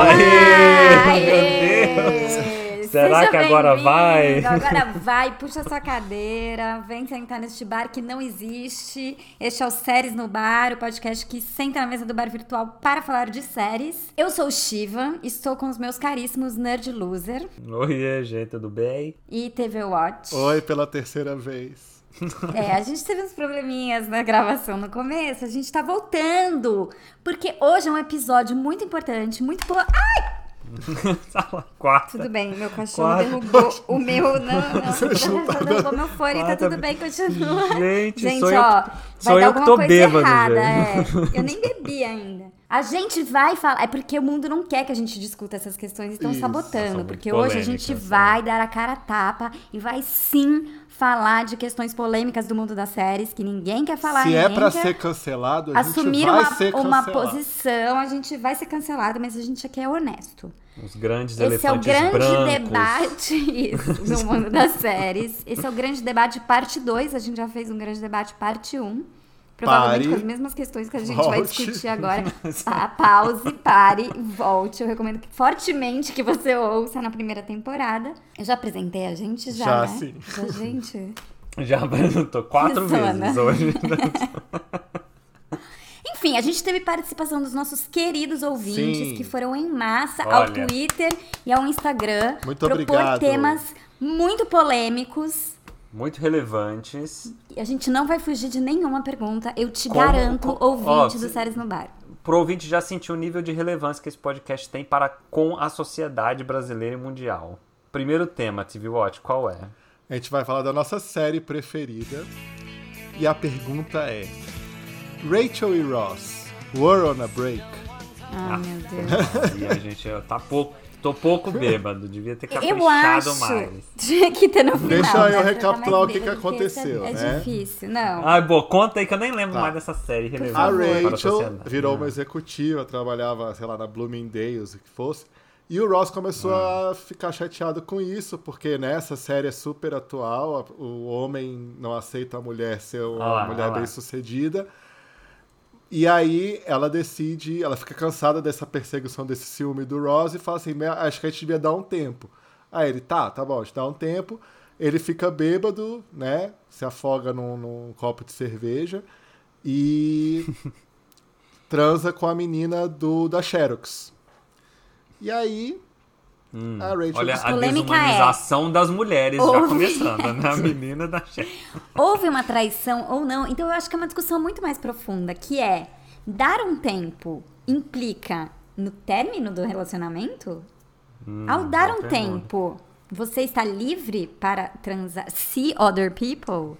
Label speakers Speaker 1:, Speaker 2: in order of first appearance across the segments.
Speaker 1: Aê, meu
Speaker 2: Aê!
Speaker 1: Deus. Será
Speaker 2: Seja
Speaker 1: que agora
Speaker 2: bem-vindo,
Speaker 1: vai?
Speaker 2: Agora vai, puxa sua cadeira, vem sentar neste bar que não existe. Este é o Séries no Bar, o podcast que senta na mesa do bar virtual para falar de séries. Eu sou Shiva, estou com os meus caríssimos Nerd Loser
Speaker 1: Oi, gente, tudo bem?
Speaker 2: e TV Watch.
Speaker 3: Oi, pela terceira vez.
Speaker 2: É, a gente teve uns probleminhas na gravação no começo, a gente tá voltando, porque hoje é um episódio muito importante, muito... po- Ah,
Speaker 1: Sala quarta.
Speaker 2: tudo bem, meu cachorro
Speaker 1: Quase.
Speaker 2: derrubou o meu... Não, não, derrubou meu fone,
Speaker 1: Quase.
Speaker 2: tá tudo bem, continua.
Speaker 1: Gente,
Speaker 2: Gente,
Speaker 1: sou eu-
Speaker 2: ó,
Speaker 1: sou eu
Speaker 2: vai dar
Speaker 1: que
Speaker 2: alguma
Speaker 1: tô
Speaker 2: coisa
Speaker 1: bêbado,
Speaker 2: errada.
Speaker 1: gente.
Speaker 2: É. Eu nem bebi ainda. A gente vai falar. É porque o mundo não quer que a gente discuta essas questões e estão
Speaker 3: Isso,
Speaker 1: são
Speaker 2: sabotando.
Speaker 1: muito
Speaker 2: Porque hoje a gente
Speaker 1: polêmicas, né?
Speaker 2: vai dar a cara a tapa e vai sim falar de questões polêmicas do mundo das séries que ninguém quer falar.
Speaker 3: Se é
Speaker 2: ninguém
Speaker 3: pra
Speaker 2: quer
Speaker 3: ser cancelado, a
Speaker 2: assumir
Speaker 3: gente vai
Speaker 2: uma,
Speaker 3: ser cancelado.
Speaker 2: uma posição, a gente vai ser cancelado, mas a gente aqui é honesto.
Speaker 1: Os grandes
Speaker 2: Esse é o
Speaker 1: elefantes
Speaker 2: grande
Speaker 1: brancos.
Speaker 2: debate isso, no mundo das séries. Esse é o grande debate parte 2. A gente já fez um grande debate parte 1. Um. Provavelmente
Speaker 3: Pare,
Speaker 2: com as mesmas questões que a gente vai
Speaker 3: volte.
Speaker 2: discutir agora. Pa- pause, pare, volte. Eu recomendo que- fortemente que você ouça na primeira temporada. Eu já apresentei a gente já,
Speaker 3: Já,
Speaker 2: né?
Speaker 3: sim.
Speaker 2: Já, gente.
Speaker 1: Já apresentou quatro
Speaker 2: Persona.
Speaker 1: vezes hoje. né?
Speaker 2: Enfim, a gente teve participação dos nossos queridos ouvintes
Speaker 3: Sim.
Speaker 2: que foram em massa ao
Speaker 1: Olha.
Speaker 2: Twitter e ao Instagram
Speaker 3: Muito
Speaker 2: propor
Speaker 3: obrigado.
Speaker 2: temas muito polêmicos.
Speaker 1: Muito relevantes.
Speaker 2: E A gente não vai fugir de nenhuma pergunta, eu te
Speaker 1: Como-
Speaker 2: garanto,
Speaker 1: co-
Speaker 2: ouvinte
Speaker 1: ó,
Speaker 2: do
Speaker 1: se-
Speaker 2: Séries no Bar.
Speaker 1: Pro ouvinte já sentir o nível de relevância que esse podcast tem para com a sociedade brasileira e mundial. Primeiro tema, TV Watch, qual é?
Speaker 3: A gente vai falar da nossa série preferida. E a pergunta é: Rachel e Ross, were on a break?
Speaker 1: Ah,
Speaker 2: Ai, Ah, meu
Speaker 1: tá
Speaker 2: Deus.
Speaker 1: E a gente ó, tá pouco, tô pouco bêbado, devia ter
Speaker 2: Eu
Speaker 1: caprichado
Speaker 2: acho
Speaker 1: mais.
Speaker 2: tinha que ter no final.
Speaker 3: Deixa eu
Speaker 2: né? Pra ficar
Speaker 3: recapitular
Speaker 2: mais
Speaker 3: o que que
Speaker 2: bêbado, porque
Speaker 3: aconteceu,
Speaker 2: É
Speaker 3: né?
Speaker 2: difícil, não.
Speaker 1: Ai, boa, conta aí que eu nem lembro
Speaker 3: Tá.
Speaker 1: mais dessa série relevante.
Speaker 3: A
Speaker 1: para
Speaker 3: Rachel
Speaker 1: sociedade.
Speaker 3: virou uma executiva, trabalhava, sei lá, na Bloomingdale's, o que fosse. E o Ross começou
Speaker 1: É.
Speaker 3: a ficar chateado com isso, porque nessa série é super atual, a- o homem não aceita a mulher ser uma
Speaker 1: Ah lá, ah
Speaker 3: mulher
Speaker 1: lá.
Speaker 3: bem-sucedida. E aí ela decide, ela fica cansada dessa perseguição, desse ciúme do Ross e fala assim, "Me- acho que a gente devia dar um tempo. Aí ele, tá, tá bom, a gente dá um tempo. Ele fica bêbado, né, se afoga num, num copo de cerveja e transa com a menina do da Xerox. E aí
Speaker 1: Hum,
Speaker 3: a Rachel
Speaker 1: Olha a
Speaker 2: Polêmica é-
Speaker 1: desumanização das mulheres já
Speaker 2: Ouve.
Speaker 1: começando, né? A menina da chefe.
Speaker 2: Houve uma traição ou não, então eu acho que é uma discussão muito mais profunda, que é, dar um tempo implica no término do relacionamento? Ao dar um
Speaker 1: Hum, boa pergunta.
Speaker 2: tempo, você está livre para transar, see other people?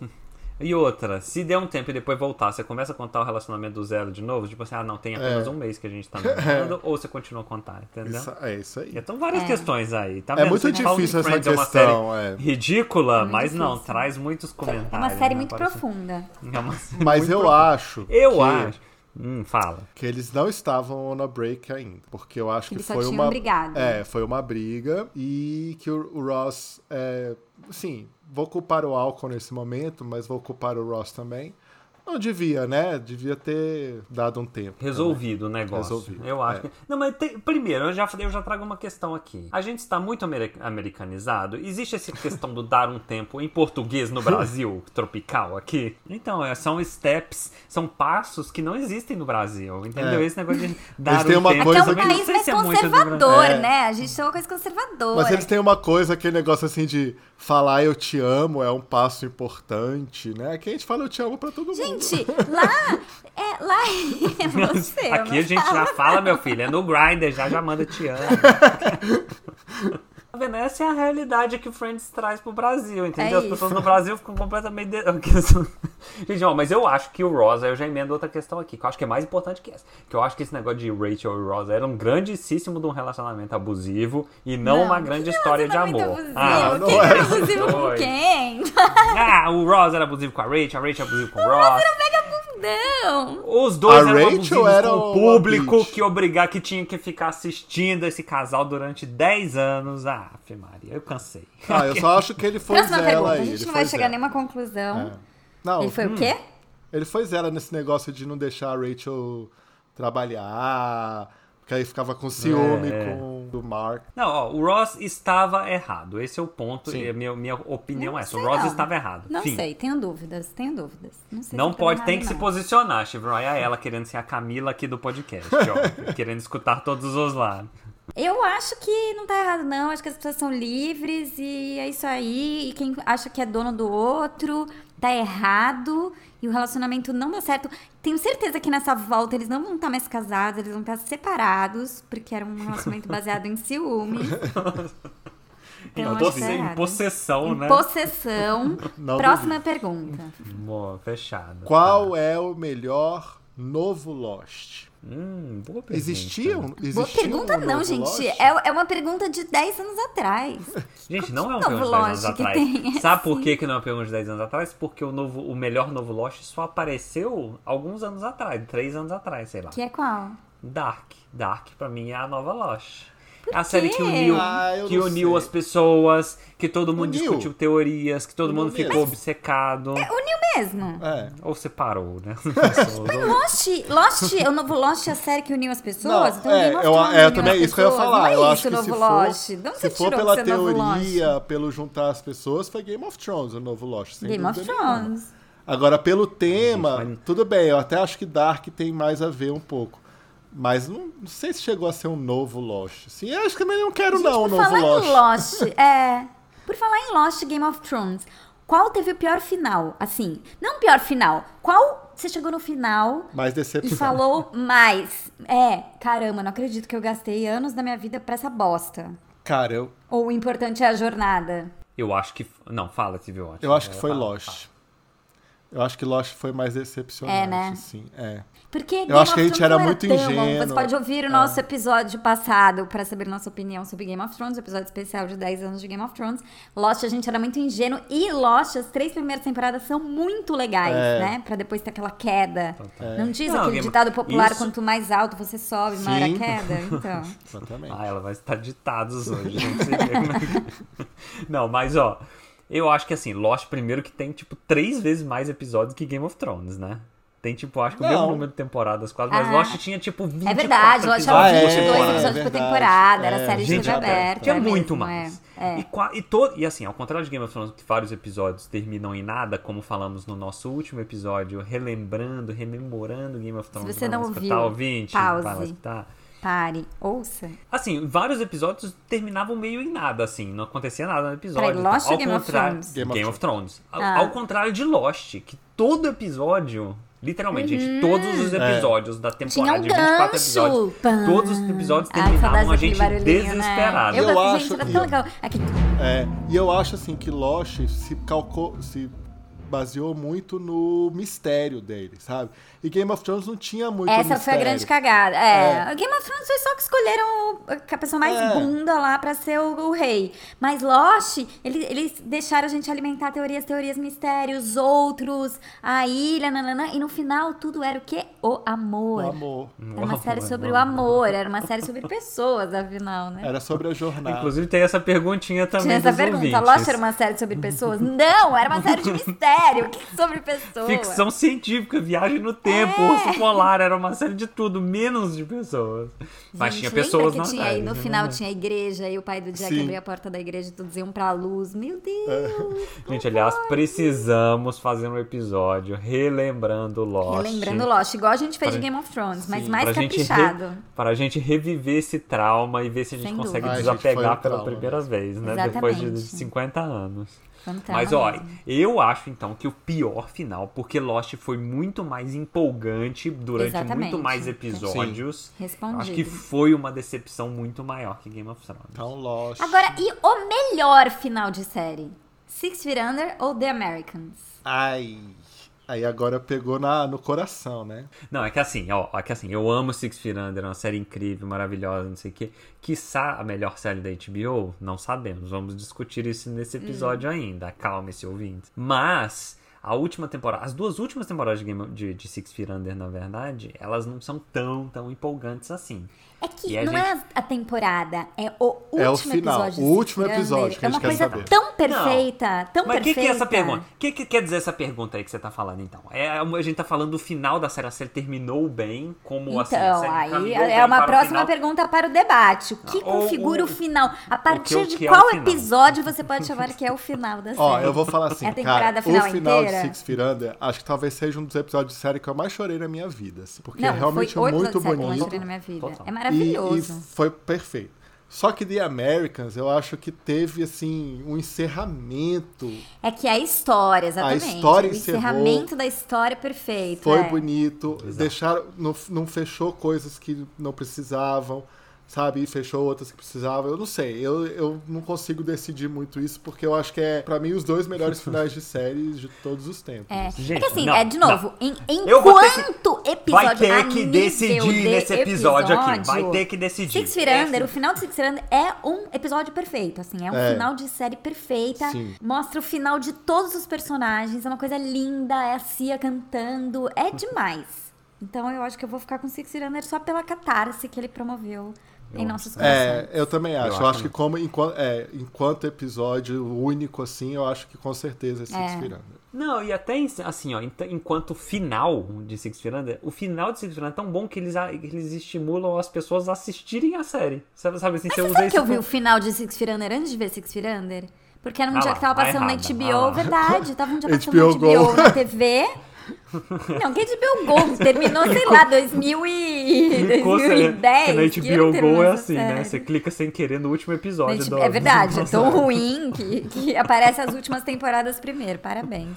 Speaker 1: E outra, se der um tempo e depois voltar, você começa a contar o relacionamento do zero de novo? Tipo assim, ah, não, tem apenas
Speaker 3: É.
Speaker 1: um mês que a gente tá namorando, ou você continua a contar, entendeu?
Speaker 3: isso- é isso aí.
Speaker 1: Então várias questões aí, tá
Speaker 3: É
Speaker 1: vendo?
Speaker 3: muito
Speaker 1: Você fala que
Speaker 3: difícil essa
Speaker 1: Friends É
Speaker 3: questão,
Speaker 1: uma série
Speaker 3: é.
Speaker 1: ridícula, mas não,
Speaker 2: difícil.
Speaker 1: traz muitos comentários.
Speaker 2: É uma série
Speaker 1: né?
Speaker 2: muito
Speaker 1: Parece-
Speaker 2: profunda.
Speaker 1: É uma série
Speaker 3: Mas
Speaker 1: muito
Speaker 3: eu
Speaker 1: profunda.
Speaker 3: acho.
Speaker 1: Eu
Speaker 3: que,
Speaker 1: acho. Hum, fala.
Speaker 3: que eles não estavam on a break ainda, porque eu acho que
Speaker 2: Eles só
Speaker 3: foi
Speaker 2: tinham
Speaker 3: uma
Speaker 2: brigado.
Speaker 3: É, foi uma briga e que o, o Ross é, assim, vou culpar o álcool nesse momento, mas vou culpar o Ross também. Não devia, né? Devia ter dado um tempo.
Speaker 1: Resolvido o negócio.
Speaker 3: Resolvido,
Speaker 1: Eu acho
Speaker 3: é.
Speaker 1: que. Não, mas tem- primeiro, eu já, falei- eu já trago uma questão aqui. A gente está muito ameri- americanizado. Existe essa questão do dar um tempo em português no Brasil tropical aqui? Então, é, são steps, são passos que não existem no Brasil. Entendeu?
Speaker 3: É.
Speaker 1: Esse negócio de dar
Speaker 3: têm
Speaker 1: um
Speaker 3: uma
Speaker 1: tempo.
Speaker 3: coisa
Speaker 2: Porque é
Speaker 3: Mas
Speaker 1: também
Speaker 2: um
Speaker 1: não
Speaker 2: país
Speaker 1: sei
Speaker 2: mais
Speaker 1: se é muito do Brasil.
Speaker 2: conservador,
Speaker 3: É.
Speaker 2: né? A gente é uma coisa conservadora.
Speaker 3: Mas eles têm uma coisa, aquele negócio assim de falar eu te amo é um passo importante, né? Aqui a gente fala eu te amo pra todo mundo.
Speaker 2: Gente, lá é, lá é você. eu
Speaker 1: Aqui
Speaker 2: não
Speaker 1: a gente
Speaker 2: falo.
Speaker 1: já fala, meu filho, é no grinder, já já manda te amo. Tá vendo? Essa é a realidade que o Friends traz pro Brasil, entendeu?
Speaker 2: É
Speaker 1: As pessoas
Speaker 2: isso.
Speaker 1: no Brasil ficam completamente. De... gente, ó, mas eu acho que o Ross, aí eu já emendo outra questão aqui, que eu acho que é mais importante que essa. Que eu acho que esse negócio de Rachel e Ross era um grandíssimo de um relacionamento abusivo e não, uma grande história de amor.
Speaker 2: Relacionamento
Speaker 1: Ah,
Speaker 2: tá Abusivo.
Speaker 3: não
Speaker 2: quem
Speaker 3: é.
Speaker 2: era abusivo com
Speaker 1: Foi.
Speaker 2: quem?
Speaker 1: ah, o Ross era abusivo com a Rachel, a Rachel é abusivo com o Ross.
Speaker 2: Não.
Speaker 1: Os dois
Speaker 3: A
Speaker 1: eram
Speaker 3: Rachel
Speaker 1: abusivos
Speaker 3: era
Speaker 1: com o
Speaker 3: uma
Speaker 1: público
Speaker 3: bitch.
Speaker 1: que obrigar que tinha que ficar assistindo esse casal durante 10 anos. Ah, Fê Maria, eu cansei.
Speaker 3: Ah, eu só acho que ele foi
Speaker 1: é,
Speaker 2: Próxima
Speaker 3: zela
Speaker 2: pergunta.
Speaker 3: aí.
Speaker 2: A gente
Speaker 3: ele
Speaker 2: não
Speaker 3: foi
Speaker 2: vai chegar
Speaker 3: zela.
Speaker 2: a nenhuma conclusão.
Speaker 3: Não, hum,
Speaker 2: Ele
Speaker 1: Hum.
Speaker 2: foi o quê?
Speaker 3: ele foi zela nesse negócio de não deixar a Rachel trabalhar, Porque aí ficava com ciúme
Speaker 1: É, é.
Speaker 3: com do Mark.
Speaker 1: Não, ó, o Ross estava errado. Esse é o ponto.
Speaker 3: Sim.
Speaker 1: e a minha, minha opinião
Speaker 2: Não
Speaker 1: é essa. O
Speaker 2: sei,
Speaker 1: Ross
Speaker 2: não.
Speaker 1: estava errado.
Speaker 2: Não
Speaker 1: Fim.
Speaker 2: sei, tenho dúvidas, tenho dúvidas. Não, sei se
Speaker 1: Não
Speaker 2: ele tá
Speaker 1: pode,
Speaker 2: errado,
Speaker 1: tem que se
Speaker 2: não.
Speaker 1: posicionar, Chevron. É ela querendo ser a Camila aqui do podcast, ó. querendo escutar todos os lados.
Speaker 2: Eu acho que não tá errado, não. Acho que as pessoas são livres e é isso aí. E quem acha que é dono do outro tá errado e o relacionamento não dá certo. Tenho certeza que nessa volta eles não vão estar mais casados, eles vão estar separados, porque era um relacionamento baseado em ciúmes. Então,
Speaker 1: em,
Speaker 2: acho
Speaker 1: posse-
Speaker 2: que tá
Speaker 1: em
Speaker 2: errado.
Speaker 1: possessão, né?
Speaker 2: Possessão.
Speaker 3: Não
Speaker 2: Próxima pergunta.
Speaker 1: Mó, fechado.
Speaker 3: Qual é o melhor novo Lost?
Speaker 1: Hum, boa pergunta. né?
Speaker 3: Existia um, existia
Speaker 2: Boa pergunta,
Speaker 3: um novo
Speaker 2: não, gente.
Speaker 3: Lost?
Speaker 2: É, é uma pergunta de 10 anos atrás.
Speaker 1: Gente, não é um
Speaker 2: Novo
Speaker 1: pergunta de 10 anos
Speaker 2: Lost que
Speaker 1: atrás.
Speaker 2: tem
Speaker 1: Sabe por que, que não é uma pergunta de 10 anos atrás? Porque o, novo, o melhor novo Lost só apareceu alguns anos atrás, 3 anos atrás, sei lá.
Speaker 2: Que é qual?
Speaker 1: Dark. Dark, pra mim, é a nova Lost. É a série que uniu,
Speaker 3: Ah, eu
Speaker 1: que
Speaker 3: não
Speaker 1: uniu
Speaker 3: sei.
Speaker 1: as pessoas, que todo mundo
Speaker 3: Uniu.
Speaker 1: discutiu teorias, que todo
Speaker 3: Uniu
Speaker 1: mundo ficou
Speaker 3: mesmo.
Speaker 1: obcecado.
Speaker 2: Uniu mesmo.
Speaker 3: É.
Speaker 1: Ou separou, né? As pessoas, ou-
Speaker 2: Lost, Lost, o novo Lost é a série que uniu as pessoas?
Speaker 3: Não,
Speaker 2: então
Speaker 3: é,
Speaker 2: Game of
Speaker 3: eu,
Speaker 2: Thrones
Speaker 3: é, eu
Speaker 2: uniu
Speaker 3: também,
Speaker 2: as
Speaker 3: isso que eu ia
Speaker 2: pessoas.
Speaker 3: falar.
Speaker 2: Não
Speaker 3: eu
Speaker 2: é
Speaker 3: acho
Speaker 2: isso,
Speaker 3: que
Speaker 2: novo
Speaker 3: se
Speaker 2: Lost.
Speaker 3: for,
Speaker 2: De onde
Speaker 3: se
Speaker 2: você
Speaker 3: for
Speaker 2: tirou
Speaker 3: pela
Speaker 2: que isso é novo
Speaker 3: teoria, pelo juntar as pessoas, foi Game of Thrones o novo Lost. sem
Speaker 2: Lost? Game
Speaker 3: dúvida
Speaker 2: of
Speaker 3: nenhuma.
Speaker 2: Thrones.
Speaker 3: Agora, pelo tema,
Speaker 1: Gente, mas-
Speaker 3: tudo bem, eu até acho que Dark tem mais a ver um pouco. Mas não, não sei se chegou a ser um novo Lost. Sim, eu acho que também não quero,
Speaker 2: Gente,
Speaker 3: não, um
Speaker 2: por
Speaker 3: novo
Speaker 2: falar
Speaker 3: Lost.
Speaker 2: em Lost, é... Por falar em Lost, Game of Thrones, qual teve o pior final? Assim, não o pior final, qual você chegou no final
Speaker 3: Mais
Speaker 2: e
Speaker 3: decepção.
Speaker 2: falou mais? É, caramba, não acredito que eu gastei anos da minha vida pra essa bosta.
Speaker 3: Cara, eu,
Speaker 2: Ou o importante é a jornada.
Speaker 1: Eu acho que. Não, fala, TV Watch.
Speaker 3: eu acho que foi
Speaker 1: Fala, fala.
Speaker 3: Lost. Eu acho que Lost foi mais decepcionante,
Speaker 2: É, né?
Speaker 3: sim. É.
Speaker 2: Porque Game
Speaker 3: acho
Speaker 2: of
Speaker 3: que a gente
Speaker 2: Thrones
Speaker 3: era
Speaker 2: não
Speaker 3: muito
Speaker 2: tão
Speaker 3: ingênuo. É.
Speaker 2: longo. Você pode ouvir o nosso episódio passado para saber nossa opinião sobre Game of Thrones, o episódio especial de 10 anos de Game of Thrones. Lost, a gente era muito ingênuo. E Lost, as três primeiras temporadas são muito legais,
Speaker 3: É.
Speaker 2: né? Pra depois ter aquela queda.
Speaker 1: Total.
Speaker 2: Não diz
Speaker 1: Não,
Speaker 2: aquele
Speaker 1: Game-
Speaker 2: ditado popular,
Speaker 1: isso-
Speaker 2: quanto mais alto você sobe, maior a
Speaker 3: Sim.
Speaker 2: queda? Então...
Speaker 3: Exatamente.
Speaker 1: Ah, ela vai estar ditados hoje. gente. Você vê como é que- Não, mas ó. Eu acho que assim, Lost primeiro que tem, tipo, três vezes mais episódios que Game of Thrones, né? Tem, tipo, acho que o
Speaker 3: Não.
Speaker 1: mesmo número de temporadas quase, mas
Speaker 2: Ah.
Speaker 1: Lost tinha, tipo, 24
Speaker 2: É verdade, Lost era
Speaker 3: Ah,
Speaker 1: episódios
Speaker 3: é,
Speaker 1: por
Speaker 2: 22
Speaker 1: temporada.
Speaker 2: episódios por
Speaker 3: verdade.
Speaker 2: temporada, era
Speaker 3: É,
Speaker 2: série de
Speaker 3: gente,
Speaker 2: TV aberta.
Speaker 1: Tinha
Speaker 2: é
Speaker 1: muito
Speaker 2: mesmo,
Speaker 1: mais.
Speaker 2: É, é.
Speaker 1: E, qua- e to- e assim, ao contrário de Game of Thrones, que vários episódios terminam em nada, como falamos no nosso último episódio, relembrando, rememorando Game of Thrones.
Speaker 2: você não
Speaker 1: vai lá
Speaker 2: ouviu,
Speaker 1: escutar, ouvinte, tá.
Speaker 2: pause.
Speaker 1: vai lá escutar.
Speaker 2: Pare, ouça.
Speaker 1: Assim, vários episódios terminavam meio em nada, assim. Não acontecia nada no episódio. então,
Speaker 2: Peraí, Lost
Speaker 1: Ao
Speaker 2: ou Game of
Speaker 1: contrário-
Speaker 2: Thrones?
Speaker 1: Game, of,
Speaker 3: Game of
Speaker 1: Thrones. Ao-
Speaker 2: Ah.
Speaker 1: Ao contrário de Lost, que todo episódio... Literalmente, gente, todos os episódios da
Speaker 2: Uhum. Tinha
Speaker 1: temporada
Speaker 2: um
Speaker 1: de 24 episódios,
Speaker 2: gancho. Pam.
Speaker 1: todos os episódios
Speaker 2: Ai, saudades
Speaker 1: terminavam a
Speaker 2: daquele
Speaker 1: gente
Speaker 2: barulhinho, né?
Speaker 1: desesperado.
Speaker 2: Eu,
Speaker 3: Eu
Speaker 2: gosto,
Speaker 3: acho
Speaker 2: gente, era
Speaker 3: que-
Speaker 2: tão legal. Aqui,
Speaker 3: É, e eu acho assim que Lost se calcou, se baseou muito no mistério dele, sabe? E Game of Thrones não tinha muito
Speaker 2: essa
Speaker 3: mistério.
Speaker 2: foi a grande cagada. É, Game of Thrones foi só que escolheram o- a pessoa mais
Speaker 3: É.
Speaker 2: bunda lá pra ser o, o rei. Mas Lost, ele- eles deixaram a gente alimentar teorias, teorias, mistérios, outros, a ilha, nananã. E no final, tudo era o quê? O
Speaker 3: O
Speaker 2: amor.
Speaker 3: amor.
Speaker 2: Era uma
Speaker 1: O
Speaker 2: série
Speaker 1: amor,
Speaker 2: sobre
Speaker 1: o
Speaker 2: o amor, era uma série sobre pessoas, afinal, né?
Speaker 3: Era sobre a jornada.
Speaker 1: Inclusive tem essa perguntinha também
Speaker 2: Tinha essa
Speaker 1: dos
Speaker 2: pergunta,
Speaker 1: ouvintes.
Speaker 2: Lost era uma série sobre pessoas? Não, era uma série de mistério. O que sobre pessoas?
Speaker 1: Ficção científica, viagem no tempo,
Speaker 2: É.
Speaker 1: urso polar, era uma série de tudo, menos de pessoas. Mas
Speaker 2: Gente,
Speaker 1: tinha
Speaker 2: lembra
Speaker 1: pessoas É,
Speaker 2: que
Speaker 1: na né?
Speaker 2: tinha aí no final tinha a igreja e o pai do Jack
Speaker 3: Sim.
Speaker 2: abria a porta da igreja e todos iam pra luz.
Speaker 1: É.
Speaker 2: Meu Deus!
Speaker 1: Gente, aliás, precisamos fazer um episódio relembrando Lost.
Speaker 2: Relembrando Lost, igual a gente fez
Speaker 1: Pra-
Speaker 2: de Game of Thrones, mas
Speaker 3: Sim,
Speaker 1: pra
Speaker 2: mais
Speaker 1: gente re-
Speaker 2: caprichado.
Speaker 1: Pra gente reviver esse trauma e ver se a gente
Speaker 2: Sem
Speaker 1: consegue
Speaker 2: dúvida.
Speaker 3: Ai, gente,
Speaker 1: desapegar
Speaker 3: foi um
Speaker 1: pela
Speaker 3: trauma
Speaker 1: primeira vez, né?
Speaker 2: Exatamente. Então,
Speaker 1: Depois de 50 anos.
Speaker 2: Fantástico.
Speaker 1: Mas olha, eu acho então que o pior final, porque Lost foi muito mais empolgante durante
Speaker 2: Exatamente.
Speaker 1: muito mais episódios.
Speaker 2: Respondido.
Speaker 1: Acho que foi uma decepção muito maior que Game of Thrones.
Speaker 3: Então, Lost.
Speaker 2: Agora, e o melhor final de série? Six Feet Under ou The Americans?
Speaker 3: Ai. Aí agora pegou na, no coração, né?
Speaker 1: Não, é que assim, ó, é que assim, eu amo Six Feet Under, é uma série incrível, maravilhosa, não sei o quê. Quiçá a melhor série da HBO, não sabemos. Vamos discutir isso nesse episódio ainda. Acalme-se, ouvinte. Mas. A última temporada, as duas últimas temporadas de, Game of- de, de Six Feet Under, na verdade, elas não são tão, tão empolgantes assim.
Speaker 2: É que
Speaker 1: E a
Speaker 2: não
Speaker 1: gente-
Speaker 2: é a temporada, é o último
Speaker 3: É o final,
Speaker 2: episódio.
Speaker 3: o último
Speaker 2: Stranger.
Speaker 3: episódio que a
Speaker 2: É
Speaker 3: gente
Speaker 2: uma
Speaker 3: quer
Speaker 2: coisa
Speaker 3: saber.
Speaker 2: tão perfeita, tão
Speaker 1: Mas o que,
Speaker 2: perfeita.
Speaker 1: que é essa pergunta? O que, que quer dizer essa pergunta aí que você tá falando, então? É, a gente tá falando do final da série. A série terminou bem? Como assim? a
Speaker 2: Então,
Speaker 1: série
Speaker 2: aí
Speaker 1: caminhou
Speaker 2: é
Speaker 1: bem
Speaker 2: uma
Speaker 1: para o
Speaker 2: próxima
Speaker 1: final?
Speaker 2: pergunta para o debate. O que
Speaker 1: Ah, ou
Speaker 2: configura
Speaker 1: o-
Speaker 2: o final? A partir
Speaker 1: o que
Speaker 2: de
Speaker 1: é
Speaker 2: qual
Speaker 1: o final?
Speaker 2: episódio você pode chamar que é o final da série?
Speaker 3: Ó, eu vou falar assim,
Speaker 2: É a temporada
Speaker 3: cara,
Speaker 2: final
Speaker 3: o final de
Speaker 2: inteira?
Speaker 3: Six Feet Under, acho que talvez seja um dos episódios de série que eu mais chorei na minha vida, assim, porque
Speaker 2: Não,
Speaker 3: é realmente
Speaker 2: foi oito
Speaker 3: muito
Speaker 2: episódios que eu
Speaker 3: bonito.
Speaker 2: chorei na minha vida.
Speaker 1: Total.
Speaker 3: E,
Speaker 2: É
Speaker 3: e
Speaker 2: maravilhoso.
Speaker 3: foi perfeito. Só que The Americans, eu acho que teve, assim, um encerramento.
Speaker 2: É que a história, exatamente.
Speaker 3: história
Speaker 2: o
Speaker 3: encerrou.
Speaker 2: encerramento da história é perfeito.
Speaker 3: Foi
Speaker 2: é.
Speaker 3: bonito.
Speaker 1: Exato.
Speaker 3: Deixaram, não, não fechou coisas que não precisavam, sabe? E fechou outras que precisavam. Eu não sei. Eu, eu não consigo decidir muito isso, porque eu acho que é, pra mim, os dois melhores finais de séries de todos os tempos.
Speaker 2: É.
Speaker 1: Gente,
Speaker 2: É que assim,
Speaker 1: não,
Speaker 2: é, de novo, em, em
Speaker 1: Eu vou ter que-
Speaker 2: quanto episódio
Speaker 1: Vai
Speaker 2: a
Speaker 1: ter que
Speaker 2: nível
Speaker 1: decidir
Speaker 2: de
Speaker 1: nesse episódio, aqui. Vai ter que decidir.
Speaker 2: Six Feet Under, o final de Six Feet Under é um episódio perfeito, assim, é um
Speaker 3: É.
Speaker 2: final de série perfeita,
Speaker 3: Sim.
Speaker 2: mostra o final de todos os personagens, é uma coisa linda, é a Cia cantando, é demais. Então eu acho que eu vou ficar com Six Feet Under só pela catarse que ele promoveu
Speaker 1: Eu
Speaker 2: em
Speaker 1: acho.
Speaker 2: nossos corações.
Speaker 3: É, eu também acho. Eu,
Speaker 1: acho
Speaker 3: acho que como enquanto, é, enquanto episódio único, assim, eu acho que com certeza é Six
Speaker 2: É.
Speaker 3: Feet Under.
Speaker 1: Não, e até em- assim, ó, ent- enquanto final de Six Feet Under, o final de Six Feet Under é tão bom que eles, a- que eles estimulam as pessoas a assistirem a série. Sabe, sabe assim, você usa
Speaker 2: Sabe
Speaker 1: isso
Speaker 2: que eu vi
Speaker 1: como-
Speaker 2: o final de Six Feet Under antes de ver Six Feet Under? Porque era um
Speaker 1: Ah
Speaker 2: dia
Speaker 1: lá,
Speaker 2: que tava
Speaker 1: vai
Speaker 2: passando na
Speaker 1: errada,
Speaker 2: HBO,
Speaker 1: ah lá.
Speaker 2: verdade. Tava um dia passando
Speaker 3: HBO
Speaker 2: na HBO
Speaker 3: Go.
Speaker 2: na TV. Não, que HBO Go? Terminou, sei lá, 2000 e...
Speaker 1: Clicou, você-
Speaker 2: 2010.
Speaker 1: que
Speaker 2: que
Speaker 1: né? na
Speaker 2: ano
Speaker 1: HBO
Speaker 2: terminou
Speaker 1: Go é
Speaker 2: essa
Speaker 1: assim, né?
Speaker 2: série?
Speaker 1: Você clica sem querer no último episódio.
Speaker 2: Gente,
Speaker 1: do-
Speaker 2: é verdade, é
Speaker 1: do-
Speaker 2: tão ruim que, que aparece as últimas temporadas primeiro. Parabéns.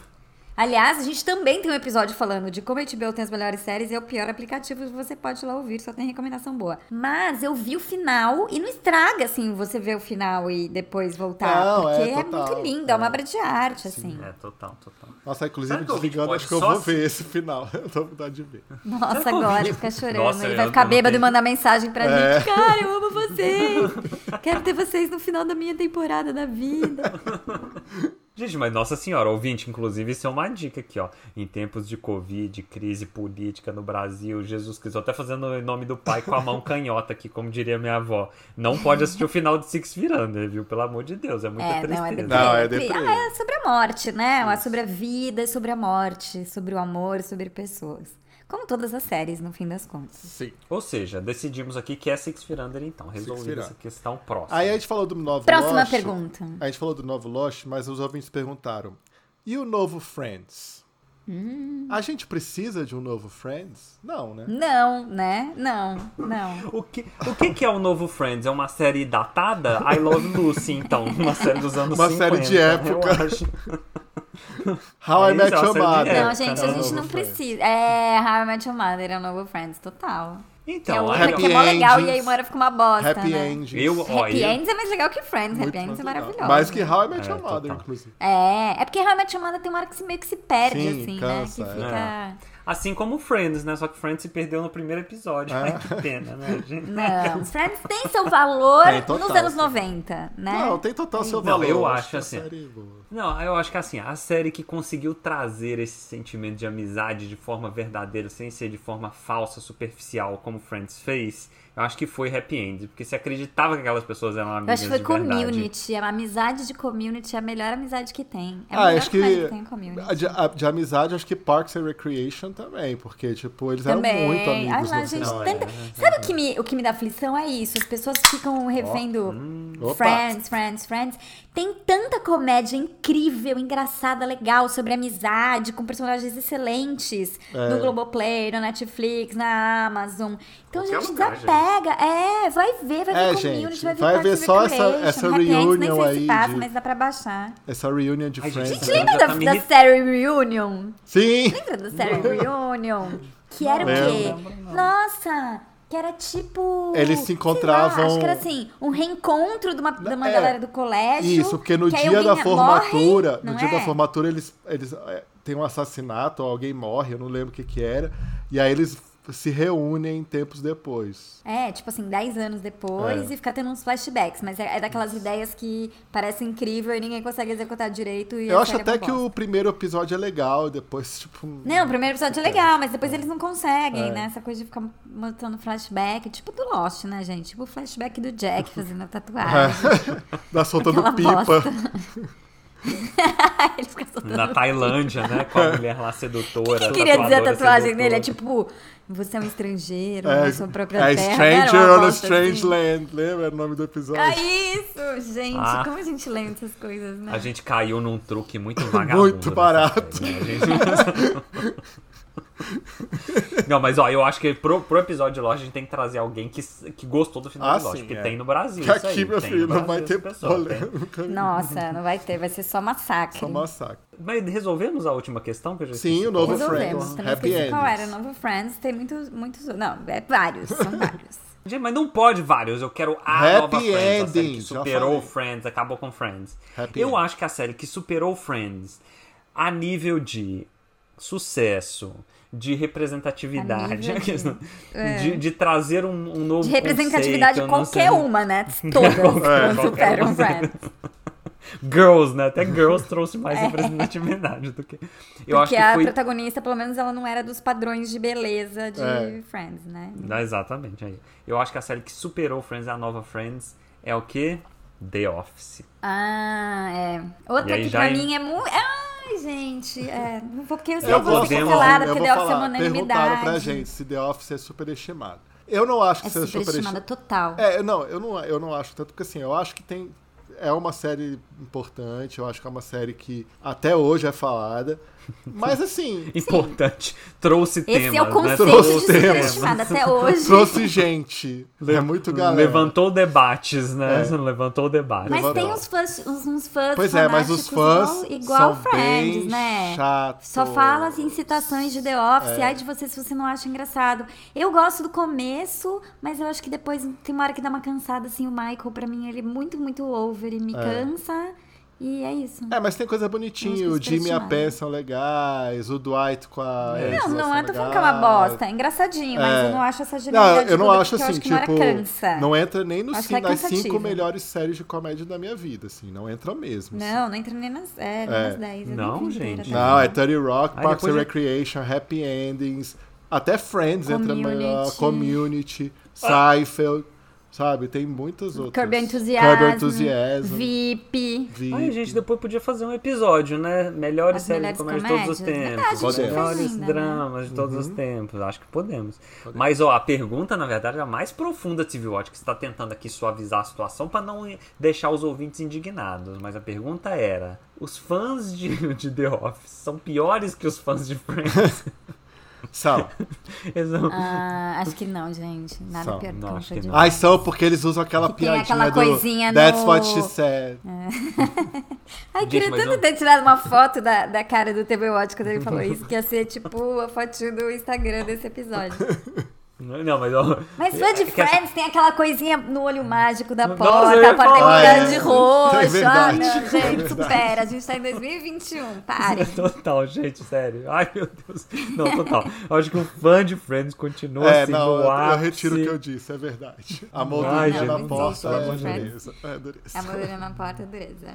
Speaker 2: Aliás, a gente também tem um episódio falando de como a HBO tem as melhores séries e é o pior aplicativo que você pode ir lá ouvir, só tem recomendação boa. Mas eu vi o final e não estraga, assim, você ver o final e depois voltar.
Speaker 3: Não, é,
Speaker 2: porque é,
Speaker 3: total,
Speaker 2: muito lindo, é. uma obra de arte, assim.
Speaker 1: É, total, total.
Speaker 3: Nossa, inclusive,
Speaker 1: Será que o ouvinte
Speaker 3: desligando,
Speaker 1: pode
Speaker 3: acho que eu
Speaker 1: só
Speaker 3: vou
Speaker 1: se-
Speaker 3: ver esse final. Eu tô com vontade de ver.
Speaker 2: Nossa,
Speaker 1: Será que eu
Speaker 2: agora
Speaker 1: vi?
Speaker 2: fica chorando.
Speaker 1: Nossa,
Speaker 2: ele
Speaker 1: eu-
Speaker 2: vai ficar
Speaker 1: eu não
Speaker 2: bêbado e
Speaker 1: tenho-
Speaker 2: mandar mensagem pra
Speaker 3: É.
Speaker 2: gente. Cara, eu amo vocês! Quero ter vocês no final da minha temporada da vida.
Speaker 1: Gente, mas nossa senhora, ouvinte, inclusive, isso é uma dica aqui, ó. Em tempos de Covid, crise política no Brasil, Jesus Cristo, tô até fazendo em nome do pai com a mão canhota aqui, como diria minha avó. Não pode assistir o final de Six Viranda, viu? Pelo amor de Deus, é muita
Speaker 2: É, não,
Speaker 1: tristeza.
Speaker 2: é deprê.
Speaker 3: Não, é
Speaker 2: deprê.
Speaker 3: deprê.
Speaker 2: Ah, é sobre a morte, né? É sobre a vida, é sobre a morte, sobre o amor, sobre pessoas. Como todas as séries, no fim das contas.
Speaker 3: Sim.
Speaker 1: Ou seja, decidimos aqui que é Six Virander, então.
Speaker 3: Feet
Speaker 1: Resolvida
Speaker 3: Under.
Speaker 1: essa questão próxima.
Speaker 3: Aí a gente falou do novo
Speaker 2: Próxima
Speaker 3: Lost.
Speaker 2: pergunta.
Speaker 3: A gente falou do novo Lost, mas os ouvintes perguntaram: e o novo Friends? A gente precisa de um novo Friends? Não, né?
Speaker 2: Hum. Não, né? Não, não.
Speaker 1: O, que, o que, que é o novo Friends? É uma série datada? I Love Lucy, então. Uma série dos anos
Speaker 3: Uma
Speaker 1: 50.
Speaker 3: série de época.
Speaker 1: Eu acho.
Speaker 3: How
Speaker 1: É
Speaker 3: I
Speaker 1: isso,
Speaker 3: Met Your
Speaker 1: é uma série de
Speaker 3: Mother.
Speaker 1: época.
Speaker 2: não, gente, a
Speaker 1: é o
Speaker 2: gente
Speaker 3: um novo
Speaker 2: não
Speaker 3: Friends.
Speaker 2: precisa. É, How I Met Your Mother é o novo Friends, total.
Speaker 1: Então,
Speaker 2: é outra
Speaker 1: olha,
Speaker 2: que é mó
Speaker 3: Happy
Speaker 2: legal e aí
Speaker 3: Endings.
Speaker 2: uma hora fica uma bosta,
Speaker 3: Happy
Speaker 2: né?
Speaker 3: Endings.
Speaker 1: Eu- Ó,
Speaker 2: Happy Ends é mais legal que Friends, Happy Ends é maravilhoso.
Speaker 3: Mais que How I Met
Speaker 1: É,
Speaker 3: Your Mother,
Speaker 1: total.
Speaker 3: inclusive.
Speaker 2: É, é porque How I Met Your Mother tem uma hora que se meio que se perde,
Speaker 3: Sim,
Speaker 2: assim,
Speaker 3: cansa, é.
Speaker 2: né? Que fica...
Speaker 1: Assim como Friends, né? Só que Friends se perdeu no primeiro episódio. Ai, que pena, né, gente?
Speaker 2: Não, os Friends tem seu valor
Speaker 3: Tem, total,
Speaker 2: nos anos
Speaker 3: sim.
Speaker 2: 90, né?
Speaker 3: Não, tem total seu
Speaker 1: Não,
Speaker 3: valor.
Speaker 1: eu acho,
Speaker 3: que é uma
Speaker 1: assim.
Speaker 3: série boa.
Speaker 1: Não, eu acho que assim, a série que conseguiu trazer esse sentimento de amizade de forma verdadeira, sem ser de forma falsa, superficial, como Friends fez, eu acho que foi Happy End. Porque você acreditava que aquelas pessoas eram
Speaker 2: Eu
Speaker 1: amigas
Speaker 2: acho que foi
Speaker 1: de verdade.
Speaker 2: community. A amizade de community é a melhor amizade que tem. É a
Speaker 3: Ah,
Speaker 2: melhor
Speaker 3: acho que-
Speaker 2: coisa que tem community.
Speaker 3: A De, a- de amizade, acho que Parks and Recreation também, porque, tipo, eles eram muito
Speaker 2: Também. Ai
Speaker 3: amigos.
Speaker 2: lá,
Speaker 3: no
Speaker 2: gente,
Speaker 1: é.
Speaker 3: final.
Speaker 2: tanta... Sabe o que, me, o que me dá aflição? É isso. As pessoas ficam revendo
Speaker 3: hum, Opa.
Speaker 2: Friends, Friends, Friends. Tem tanta comédia incrível, engraçada, legal, sobre amizade, com personagens excelentes
Speaker 3: É.
Speaker 2: no Globoplay, no Netflix, na Amazon. Então,
Speaker 1: Qualquer
Speaker 2: gente,
Speaker 1: lugar,
Speaker 2: desapega. É, vai ver, vai
Speaker 3: É,
Speaker 2: ver community,
Speaker 3: gente,
Speaker 2: vai ver
Speaker 3: vai
Speaker 2: Parks
Speaker 3: ver
Speaker 2: and
Speaker 3: só essa-
Speaker 2: Recreation,
Speaker 3: essa
Speaker 2: Happy Ends, nem
Speaker 3: reunião
Speaker 2: sei se
Speaker 3: aí
Speaker 2: passa,
Speaker 3: de-
Speaker 2: mas dá pra baixar.
Speaker 3: Essa reunion de
Speaker 1: Ai, gente,
Speaker 3: Friends. né?
Speaker 1: Essa
Speaker 2: Gente,
Speaker 1: reunião já
Speaker 2: lembra da,
Speaker 1: tá me
Speaker 2: da
Speaker 1: irri-
Speaker 2: série Reunion?
Speaker 3: Sim!
Speaker 2: Lembra da série Reunion? Que era o
Speaker 3: Lembro.
Speaker 2: quê? Nossa, que era tipo.
Speaker 3: Eles se
Speaker 2: sei lá,
Speaker 3: encontravam-
Speaker 2: acho que era assim, um reencontro de uma, de uma
Speaker 3: É,
Speaker 2: galera do colégio.
Speaker 3: Isso, porque no
Speaker 2: que aí
Speaker 3: dia da
Speaker 2: alguém
Speaker 3: formatura,
Speaker 2: morre,
Speaker 3: no
Speaker 2: não
Speaker 3: dia
Speaker 2: é?
Speaker 3: da formatura eles, eles é, tem um assassinato, alguém morre, eu não lembro o que que era, e aí eles se reúnem tempos depois.
Speaker 2: É, tipo assim, 10 anos depois
Speaker 3: É.
Speaker 2: e fica tendo uns flashbacks, mas é, é daquelas ideias que parece incrível e ninguém consegue executar direito. E
Speaker 3: Eu
Speaker 2: a
Speaker 3: acho
Speaker 2: série é
Speaker 3: até
Speaker 2: uma
Speaker 3: que o
Speaker 2: bosta.
Speaker 3: primeiro episódio é legal, depois, tipo.
Speaker 2: Não, o primeiro episódio é legal, mas depois eles não conseguem,
Speaker 3: É.
Speaker 2: né? Essa coisa de ficar montando flashback, tipo do Lost, né, gente? Tipo o flashback do Jack fazendo
Speaker 3: É.
Speaker 2: a tatuagem.
Speaker 3: Da é, soltando pipa.
Speaker 2: Aquela bosta. Ele fica soltando
Speaker 1: Na Tailândia, né? Com a mulher lá sedutora.
Speaker 2: Eu queria dizer a
Speaker 1: tatuadora
Speaker 2: tatuagem
Speaker 1: sedutora.
Speaker 2: dele, é tipo, você é um estrangeiro na sua própria
Speaker 3: é
Speaker 2: terra. né?
Speaker 3: Stranger
Speaker 2: era uma
Speaker 3: on a
Speaker 2: bosta,
Speaker 3: Strange
Speaker 2: assim.
Speaker 3: Land, lembra o nome do episódio?
Speaker 2: É isso, gente.
Speaker 1: Ah.
Speaker 2: Como a gente lembra dessas coisas, né?
Speaker 1: A gente caiu num truque muito vagabundo.
Speaker 3: Muito
Speaker 1: nessa
Speaker 3: barato.
Speaker 1: série, né? A gente- Não, mas ó, eu acho que pro, pro episódio de Lost a gente tem que trazer alguém que, que gostou do final
Speaker 3: Ah,
Speaker 1: do Lost,
Speaker 3: sim,
Speaker 1: porque
Speaker 3: é.
Speaker 1: tem no Brasil.
Speaker 3: Que
Speaker 1: isso aí,
Speaker 3: aqui, meu
Speaker 1: tem né?
Speaker 3: filho,
Speaker 1: no
Speaker 3: não vai
Speaker 1: Brasil,
Speaker 3: ter
Speaker 1: esse pessoal, tem.
Speaker 3: polêmica.
Speaker 2: Nossa, não vai ter, vai ser só massacre.
Speaker 3: Só massacre.
Speaker 1: Mas resolvemos a última questão que eu já
Speaker 3: Sim,
Speaker 1: esqueci
Speaker 3: o novo
Speaker 1: qual é?
Speaker 2: Resolvemos,
Speaker 3: Friends,
Speaker 2: também
Speaker 3: happy
Speaker 2: esqueci qual
Speaker 3: endings.
Speaker 2: era. Novo Friends tem muitos, muitos. Não, é vários, são vários.
Speaker 1: Gente, mas não pode vários. Eu quero a
Speaker 3: Happy
Speaker 1: nova Friends, a série
Speaker 3: ending,
Speaker 1: que
Speaker 3: já falei.
Speaker 1: superou Friends, acabou com Friends.
Speaker 3: Happy
Speaker 1: eu
Speaker 3: ending.
Speaker 1: acho que a série que superou Friends a nível de sucesso, de
Speaker 2: A
Speaker 1: representatividade,
Speaker 2: nível de- é.
Speaker 1: de, de trazer um, um novo
Speaker 2: De representatividade,
Speaker 1: conceito, eu não sei.
Speaker 2: qualquer uma, né? Todas
Speaker 3: É,
Speaker 1: Qualquer-
Speaker 2: não superam Friends. um.
Speaker 1: Girls, né? Até Girls trouxe mais representatividade do que. Eu acho que
Speaker 2: Porque É. a
Speaker 1: foi.
Speaker 2: protagonista, pelo menos, ela não era dos padrões de beleza de
Speaker 3: É.
Speaker 2: Friends, né?
Speaker 1: Ah, exatamente. Aí. Eu acho que a série que superou Friends, a nova Friends, é o quê? The Office.
Speaker 2: Ah, é. Outra
Speaker 1: E aí
Speaker 2: que
Speaker 1: já
Speaker 2: pra
Speaker 1: em-
Speaker 2: mim é muito. Ai, gente. É, não vou- porque eu sei
Speaker 1: Eu
Speaker 2: que vou ser
Speaker 1: podemos-
Speaker 2: cancelada,
Speaker 3: eu
Speaker 2: porque
Speaker 3: vou
Speaker 2: The Office é
Speaker 3: falar.
Speaker 2: uma
Speaker 3: Perguntaram
Speaker 2: unanimidade.
Speaker 3: pra gente se The Office é superestimado. Eu não acho que
Speaker 2: É
Speaker 3: seja
Speaker 2: superestimada
Speaker 3: superestimado.
Speaker 2: total.
Speaker 3: É, eu não, eu não, eu não acho tanto, porque assim, eu acho que tem. É uma série importante, eu acho que é uma série que até hoje é falada. Mas assim,
Speaker 1: Importante. Trouxe
Speaker 2: Esse
Speaker 1: temas.
Speaker 2: é o
Speaker 1: né?
Speaker 2: conceito de
Speaker 3: Trouxe temas.
Speaker 2: superestimada até hoje.
Speaker 3: trouxe gente. É muito galera.
Speaker 1: Levantou debates, né?
Speaker 3: É.
Speaker 1: Levantou debates.
Speaker 2: Mas
Speaker 3: Levantou.
Speaker 2: tem um uns fãs, uns, uns fãs
Speaker 3: Pois é, mas os fãs
Speaker 2: fanáticos igual, igual
Speaker 3: são
Speaker 2: Friends,
Speaker 3: bem
Speaker 2: né?
Speaker 3: chatos.
Speaker 2: Só fala assim tá em citações de The
Speaker 3: É.
Speaker 2: Office. Ai de você se você não acha engraçado. Eu gosto do começo, mas eu acho que depois tem uma hora que dá uma cansada, assim. O Michael, pra mim, ele é muito, muito over e me cansa. E é isso.
Speaker 3: É, mas tem coisa
Speaker 2: Música
Speaker 3: bonitinha. O Jimmy e a
Speaker 2: superestimada.
Speaker 3: Pen são legais. O Dwight com a. Angela
Speaker 2: Não, não
Speaker 3: são
Speaker 2: é, tô falando que é uma
Speaker 3: legais.
Speaker 2: bosta. É engraçadinho, mas
Speaker 3: É.
Speaker 2: eu não acho essa
Speaker 3: Não,
Speaker 2: genialidade.
Speaker 3: eu não
Speaker 2: toda,
Speaker 3: acho
Speaker 2: porque eu
Speaker 3: assim,
Speaker 2: acho que uma hora
Speaker 3: tipo.
Speaker 2: cansa.
Speaker 3: Não entra nem no
Speaker 2: Acho
Speaker 3: cin-
Speaker 2: que é
Speaker 3: nas
Speaker 2: cansativo.
Speaker 3: cinco melhores séries de comédia da minha vida, assim. Não entra mesmo. assim.
Speaker 2: Não, não entra nem nas, é, nem
Speaker 3: É.
Speaker 2: nas 10. eu nem
Speaker 1: Não,
Speaker 2: vi
Speaker 1: gente.
Speaker 2: inteira, tá?
Speaker 3: Não, é 30 Rock,
Speaker 1: Aí
Speaker 3: Parks and
Speaker 1: depois eu-
Speaker 3: Recreation, Happy Endings, até Friends entra melhor,
Speaker 2: Community.
Speaker 3: Community, Seinfeld, sabe? Tem muitas outras.
Speaker 2: Curb Your Enthusiasm,
Speaker 3: Curb Your Enthusiasm,
Speaker 2: VIP.
Speaker 3: VIP.
Speaker 1: Ai, gente, depois podia fazer um episódio, né? Melhores
Speaker 2: As
Speaker 1: séries
Speaker 2: melhores
Speaker 1: de comédia de todos os
Speaker 2: comédias.
Speaker 1: tempos.
Speaker 2: Verdade, a gente
Speaker 3: não
Speaker 1: melhores
Speaker 2: fez ainda, né?
Speaker 1: dramas de todos
Speaker 3: Uhum.
Speaker 1: os tempos. Acho que podemos. Mas, ó, a pergunta, na verdade, é a mais profunda de Civil Watch, que está tentando aqui suavizar a situação para não deixar os ouvintes indignados. Mas a pergunta era: os fãs de, de The Office são piores que os fãs de Friends?
Speaker 3: São.
Speaker 1: Eles não-
Speaker 2: Ah, acho que não, gente. Nada
Speaker 3: Só.
Speaker 2: pior do
Speaker 1: Não,
Speaker 2: que um
Speaker 1: acho que
Speaker 2: fã
Speaker 1: não.
Speaker 3: Ai, são porque eles usam aquela
Speaker 2: tem
Speaker 3: piadinha
Speaker 2: aquela
Speaker 3: do
Speaker 2: coisinha
Speaker 3: That's
Speaker 2: no-
Speaker 3: what she said.
Speaker 1: É.
Speaker 2: de- Ai,
Speaker 1: Gente,
Speaker 2: queria
Speaker 1: mas
Speaker 2: tanto
Speaker 1: eu-
Speaker 2: ter tirado uma foto da, da cara do TV Watch quando ele falou isso, que ia ser tipo a fotinho do Instagram desse episódio.
Speaker 1: Não, mas ó.
Speaker 2: Mas fã de
Speaker 1: é que essa-
Speaker 2: Friends tem aquela coisinha no olho mágico da
Speaker 1: Nossa,
Speaker 2: porta,
Speaker 1: eu ia
Speaker 2: a porta
Speaker 1: falar
Speaker 2: é
Speaker 3: isso.
Speaker 2: de
Speaker 3: É
Speaker 2: roxo. ah,
Speaker 3: verdade.
Speaker 2: não,
Speaker 3: É
Speaker 2: gente,
Speaker 3: verdade.
Speaker 2: supera. A gente tá em 2021, parem.
Speaker 1: Total, gente, sério. Ai, meu Deus. Não, total. Eu acho que o fã de Friends continua
Speaker 3: é,
Speaker 1: assim,
Speaker 3: não,
Speaker 1: no
Speaker 3: eu, eu
Speaker 1: ápice.
Speaker 3: retiro o que eu disse, é verdade. A
Speaker 1: Ai,
Speaker 3: moldura
Speaker 1: Jesus,
Speaker 3: na porta
Speaker 2: pelo
Speaker 3: é
Speaker 2: amor de
Speaker 3: dureza. É dureza.
Speaker 2: A moldura na porta, dureza.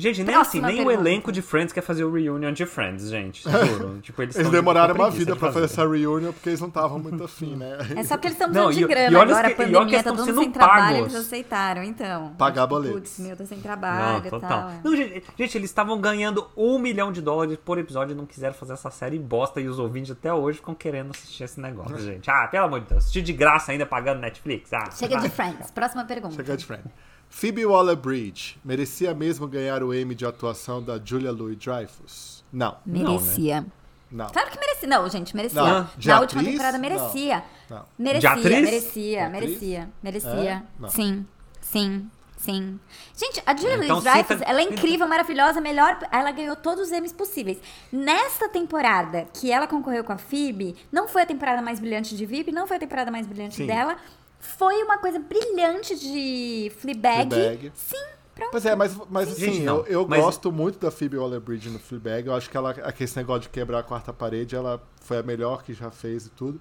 Speaker 1: Gente, nem
Speaker 2: Próxima
Speaker 1: assim, nem o
Speaker 2: pergunta.
Speaker 1: elenco de Friends quer fazer o reunion de Friends, gente. Juro. tipo, eles,
Speaker 3: Eles
Speaker 1: tão
Speaker 3: demoraram
Speaker 1: com
Speaker 3: uma
Speaker 1: preguiça
Speaker 3: vida
Speaker 1: de
Speaker 3: pra fazer essa reunion porque eles não estavam muito afim, né?
Speaker 2: É só porque eles estão
Speaker 1: Não,
Speaker 2: precisando de
Speaker 1: e-
Speaker 2: grana
Speaker 1: e olha
Speaker 2: agora,
Speaker 1: que-
Speaker 2: a
Speaker 1: e olha que
Speaker 2: pandemia,
Speaker 1: eles
Speaker 2: tá
Speaker 1: tão
Speaker 2: todo mundo
Speaker 1: sendo
Speaker 2: sem trabalho,
Speaker 1: pagos.
Speaker 2: eles aceitaram, então.
Speaker 3: Pagar
Speaker 2: Tipo,
Speaker 3: boletos.
Speaker 2: Putz, meu, tô sem
Speaker 1: Não,
Speaker 2: trabalho e
Speaker 1: total.
Speaker 2: tal.
Speaker 1: Não, gente, gente, eles estavam ganhando um milhão de dólares por episódio e não quiseram fazer essa série bosta. E os ouvintes até hoje ficam querendo assistir esse negócio, gente. Ah, pelo amor de Deus. Assistir de graça ainda pagando Netflix. Ah,
Speaker 2: Chega
Speaker 1: vai.
Speaker 2: de Friends, próxima pergunta.
Speaker 3: Chega de friend. Phoebe Waller-Bridge merecia mesmo ganhar o Emmy de atuação da Julia Louis-Dreyfus? Não, né?
Speaker 1: né?
Speaker 2: Merecia.
Speaker 3: não.
Speaker 1: Tá.
Speaker 2: Claro que merecia. Não, gente, merecia.
Speaker 3: Não, Ah,
Speaker 2: Na
Speaker 3: de
Speaker 2: última
Speaker 3: atriz?
Speaker 2: temporada merecia.
Speaker 3: Não, não.
Speaker 1: De
Speaker 2: Merecia,
Speaker 1: atriz?
Speaker 2: merecia,
Speaker 3: De
Speaker 2: merecia, merecia.
Speaker 3: É? Não.
Speaker 2: Sim, sim, sim. Gente, a Julia
Speaker 1: Então,
Speaker 2: Louis-Dreyfus,
Speaker 1: cita-
Speaker 2: ela é incrível, maravilhosa, melhor, ela ganhou todos os M's possíveis. Nesta temporada que ela concorreu com a Phoebe, não foi a temporada mais brilhante de VIP, não foi a temporada mais brilhante
Speaker 3: Sim.
Speaker 2: dela, foi uma coisa brilhante de Fleabag.
Speaker 3: Fleabag.
Speaker 2: Sim, Pronto.
Speaker 3: Pois é, mas, mas assim,
Speaker 1: Gente, não.
Speaker 3: eu, eu
Speaker 1: Mas-
Speaker 3: gosto muito da Phoebe Waller-Bridge no Fleabag. Eu acho que ela, aquele negócio de quebrar a quarta parede, ela foi a melhor que já fez e tudo.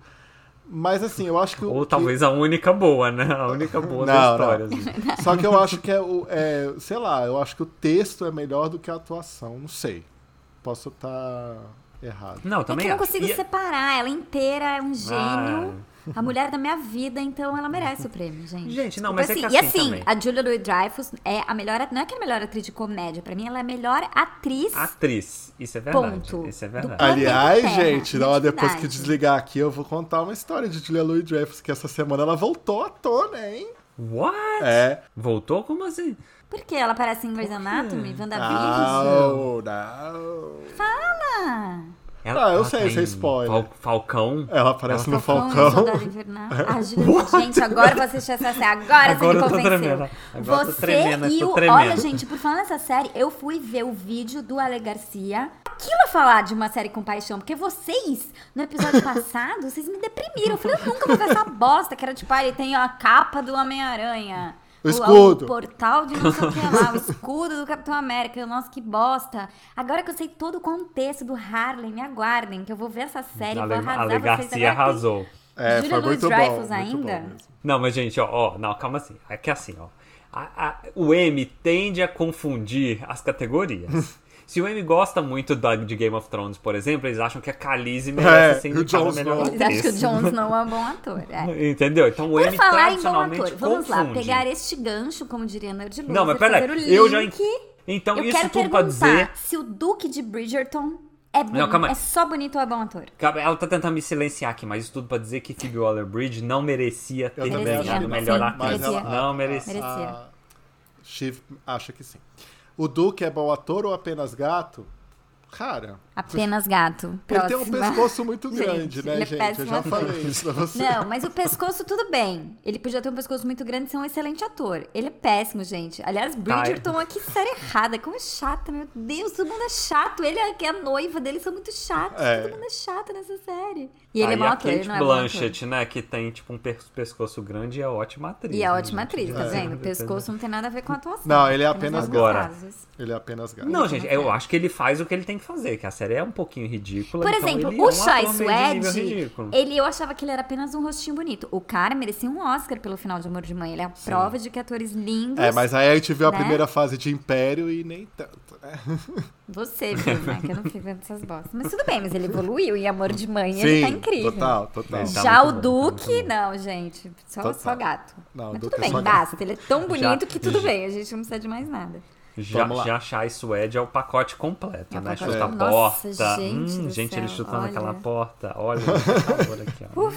Speaker 3: Mas assim, eu acho que... o-
Speaker 1: Ou
Speaker 3: que-
Speaker 1: talvez a única boa, né? A única boa da
Speaker 3: Não,
Speaker 1: história.
Speaker 3: não.
Speaker 1: assim.
Speaker 3: Só que eu acho que é, o- é, sei lá, eu acho que o texto é melhor do que a atuação, não sei. Posso estar errado.
Speaker 1: Não,
Speaker 2: É que
Speaker 1: também
Speaker 2: eu não
Speaker 1: acho.
Speaker 2: consigo
Speaker 1: E-
Speaker 2: separar. Ela inteira é um gênio. A mulher da minha vida, então ela merece o prêmio, gente.
Speaker 1: Gente, não,
Speaker 2: Desculpa,
Speaker 1: mas é que
Speaker 2: E
Speaker 1: assim
Speaker 2: assim,
Speaker 1: também.
Speaker 2: a Julia Louis-Dreyfus é a melhor... Não é que é a melhor atriz de comédia. Pra mim, ela é a melhor atriz...
Speaker 1: Atriz. Isso é verdade.
Speaker 2: Ponto.
Speaker 1: Isso é
Speaker 2: Do-
Speaker 1: verdade.
Speaker 2: Planeta
Speaker 3: Aliás,
Speaker 2: Terra,
Speaker 3: gente, não, depois
Speaker 2: identidade.
Speaker 3: que desligar aqui, eu vou contar uma história de Julia Louis-Dreyfus, que essa semana ela voltou à tona, hein?
Speaker 1: What?
Speaker 3: É.
Speaker 1: Voltou? Como assim?
Speaker 2: Por que ela aparece em Grey's Anatomy, WandaVision?
Speaker 3: Não, não.
Speaker 2: Ah,
Speaker 3: Ah, eu sei, isso é
Speaker 1: tem
Speaker 3: spoiler.
Speaker 1: Fal- Falcão.
Speaker 3: Ela aparece no
Speaker 2: Falcão.
Speaker 3: Falcão.
Speaker 2: Soldado Invernal. Ah, Julia, gente, agora eu vou assistir essa série. Agora,
Speaker 1: Agora eu tô
Speaker 2: você me convenceu.
Speaker 1: tremendo. Agora eu tô
Speaker 2: você
Speaker 1: tremendo, eu
Speaker 2: e
Speaker 1: tô
Speaker 2: o...
Speaker 1: tremendo.
Speaker 2: Olha, gente, por falar nessa série, eu fui ver o vídeo do Ale Garcia. Aquilo é falar de uma série com paixão. Porque vocês, no episódio passado, vocês me deprimiram. Eu falei, eu nunca vou ver essa bosta. Que era tipo, ah, ele tem a capa do Homem-Aranha.
Speaker 3: O escudo.
Speaker 2: o portal de não sei o que lá, o escudo do Capitão América. Eu, Nossa, que bosta. Agora que eu sei todo o contexto do Harlem, me aguardem, que eu vou ver essa série.
Speaker 1: A
Speaker 2: vou
Speaker 1: Ale,
Speaker 2: arrasar
Speaker 1: a Ale
Speaker 2: vocês.
Speaker 1: Garcia
Speaker 2: Agora tem-
Speaker 1: arrasou.
Speaker 3: É,
Speaker 2: Julia
Speaker 3: foi muito bom.
Speaker 2: Louis-Dreyfus
Speaker 3: muito
Speaker 2: ainda?
Speaker 3: bom mesmo.
Speaker 1: Não, mas gente, ó, ó, não, calma assim. É que assim, ó. a- a- o M tende a confundir as categorias. Se o M gosta muito da- de Game of Thrones, por exemplo, eles acham que a Khaleesi
Speaker 3: É,
Speaker 1: merece ser
Speaker 3: o
Speaker 1: indicada
Speaker 3: Jon
Speaker 1: melhor
Speaker 3: Snow.
Speaker 2: Eles acham que o
Speaker 1: atriz.
Speaker 2: Jon Snow é um bom ator. É.
Speaker 1: Entendeu? Então o
Speaker 2: Por
Speaker 1: M
Speaker 2: falar em bom
Speaker 1: tradicionalmente
Speaker 2: ator, vamos lá,
Speaker 1: confunde.
Speaker 2: pegar este gancho, como diria Nerd Luz,
Speaker 1: Não, mas
Speaker 2: e fazer o
Speaker 1: peraí,
Speaker 2: link.
Speaker 1: eu já. en- Então,
Speaker 2: Eu
Speaker 1: isso
Speaker 2: quero
Speaker 1: tudo pra
Speaker 2: perguntar
Speaker 1: dizer.
Speaker 2: se o Duque de Bridgerton é, boni-
Speaker 1: Não, calma aí.
Speaker 2: é só bonito ou é bom ator.
Speaker 1: Calma, Ela tá tentando me silenciar aqui, mas isso tudo pra dizer que Phoebe Waller-Bridge não merecia ter
Speaker 3: também
Speaker 2: Merecia,
Speaker 1: ganhado
Speaker 2: sim,
Speaker 1: melhor atriz.
Speaker 2: mas ela-
Speaker 1: Não merecia.
Speaker 2: Merecia.
Speaker 3: A Shiv acha que sim. O Duke é bom ator ou apenas gato? Cara,
Speaker 2: Apenas gato.
Speaker 3: ele tem um
Speaker 2: Próxima.
Speaker 3: pescoço muito
Speaker 2: Gente,
Speaker 3: grande, né,
Speaker 2: ele é
Speaker 3: gente? Eu
Speaker 2: péssimo
Speaker 3: já
Speaker 2: ator.
Speaker 3: falei isso pra você.
Speaker 2: Não, mas o pescoço, tudo bem. Ele podia ter um pescoço muito grande e ser um excelente ator. Ele é péssimo, gente. Aliás,
Speaker 1: Tá, é.
Speaker 2: Bridgerton aqui, série errada. Como é chata, meu Deus, todo mundo é chato. Ele e a noiva dele são muito chatos.
Speaker 3: É.
Speaker 2: Todo mundo é chato nessa série. E
Speaker 1: Aí
Speaker 2: ele é bom
Speaker 1: a
Speaker 2: ator, ele
Speaker 1: Kate
Speaker 2: não é bom ator.
Speaker 1: Blanchett, né, que tem tipo um pes- pescoço grande e é ótima atriz.
Speaker 2: E é
Speaker 1: né,
Speaker 2: ótima
Speaker 1: gente?
Speaker 2: atriz, tá
Speaker 1: É.
Speaker 2: vendo? O pescoço não tem nada a ver com a atuação.
Speaker 3: Não, ele é
Speaker 2: Na maioria
Speaker 3: apenas
Speaker 2: dos
Speaker 1: Agora.
Speaker 2: casos.
Speaker 3: Ele é apenas gato.
Speaker 1: Não,
Speaker 2: né?
Speaker 1: gente, eu acho que ele faz o que ele tem que fazer, que a série é um pouquinho ridícula.
Speaker 2: Por
Speaker 1: então
Speaker 2: exemplo,
Speaker 1: ele é um
Speaker 2: o Chai
Speaker 1: ator meio de nível
Speaker 2: Suede,
Speaker 1: ridículo.
Speaker 2: ele, eu achava que ele era apenas um rostinho bonito. O cara merecia um Oscar pelo final de Amor de Mãe. Ele é a prova de que atores lindos.
Speaker 3: É, mas aí a gente viu a
Speaker 2: Né?
Speaker 3: primeira fase de Império e nem tanto. né?
Speaker 2: Você viu, né? Que eu não fico vendo essas bostas. Mas tudo bem, mas ele evoluiu e Amor de Mãe, ele tá incrível.
Speaker 3: total, total.
Speaker 1: Ele tá
Speaker 2: Já o
Speaker 1: muito bom, tá
Speaker 2: Duque, não, gente. Só,
Speaker 3: Total.
Speaker 2: só gato.
Speaker 3: Não, o
Speaker 2: mas
Speaker 3: Duque
Speaker 2: tudo
Speaker 3: é
Speaker 2: bem,
Speaker 3: só gato.
Speaker 2: basta. Ele é tão bonito que tudo
Speaker 1: já-
Speaker 2: bem. A gente não precisa de mais nada.
Speaker 1: Já,
Speaker 3: Vamos lá.
Speaker 1: já Chai Suede é o pacote completo,
Speaker 2: É o
Speaker 1: né?
Speaker 2: pacote
Speaker 1: Chuta a
Speaker 2: completo.
Speaker 1: porta.
Speaker 2: Nossa, gente
Speaker 1: hum,
Speaker 2: do
Speaker 1: gente, ele
Speaker 2: céu,
Speaker 1: chutando
Speaker 2: olha.
Speaker 1: aquela porta. Olha, por favor, aqui, ó.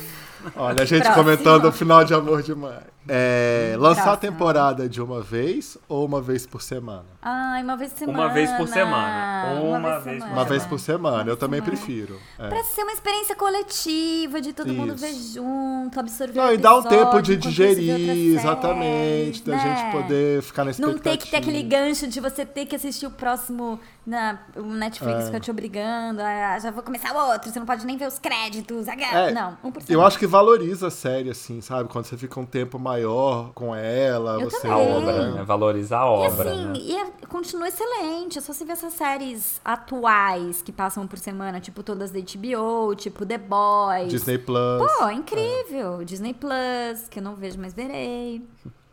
Speaker 3: Olha, a gente
Speaker 2: Próximo.
Speaker 3: comentando o final de Amor de Mãe. É, lançar a
Speaker 2: Próximo.
Speaker 3: temporada de uma vez ou uma vez por semana?
Speaker 2: Ai, uma vez por semana.
Speaker 1: Uma vez por semana. Uma vez por
Speaker 3: Uma
Speaker 1: É.
Speaker 3: vez por semana, eu também
Speaker 2: semana.
Speaker 3: prefiro. É.
Speaker 2: Pra ser uma experiência coletiva, de todo mundo
Speaker 3: Isso.
Speaker 2: ver junto, absorver
Speaker 3: Não,
Speaker 2: o
Speaker 3: e dá um
Speaker 2: episódio,
Speaker 3: tempo de
Speaker 2: enquanto você vê
Speaker 3: digerir,
Speaker 2: outras
Speaker 3: exatamente,
Speaker 2: séries,
Speaker 3: da
Speaker 2: né?
Speaker 3: gente poder ficar na expectativa.
Speaker 2: Não ter que ter aquele gancho de você ter que assistir o próximo na o
Speaker 3: É.
Speaker 2: Netflix fica te obrigando. Ah, já vou começar o outro, você não pode nem ver os créditos. ah,
Speaker 3: É,
Speaker 2: não, um por
Speaker 3: Eu
Speaker 2: cento.
Speaker 3: acho que valoriza a série, assim, sabe? Quando você fica um tempo maior com ela,
Speaker 2: Eu
Speaker 3: você.
Speaker 1: A
Speaker 2: também.
Speaker 1: obra, né? Valorizar a
Speaker 2: E
Speaker 1: obra,
Speaker 2: assim,
Speaker 1: né?
Speaker 2: e é- continua excelente. É só você ver essas séries atuais que passam por semana, tipo todas da HBO, tipo The Boys.
Speaker 3: Disney Plus.
Speaker 2: Pô, incrível. Disney Plus, que eu não vejo, mas verei.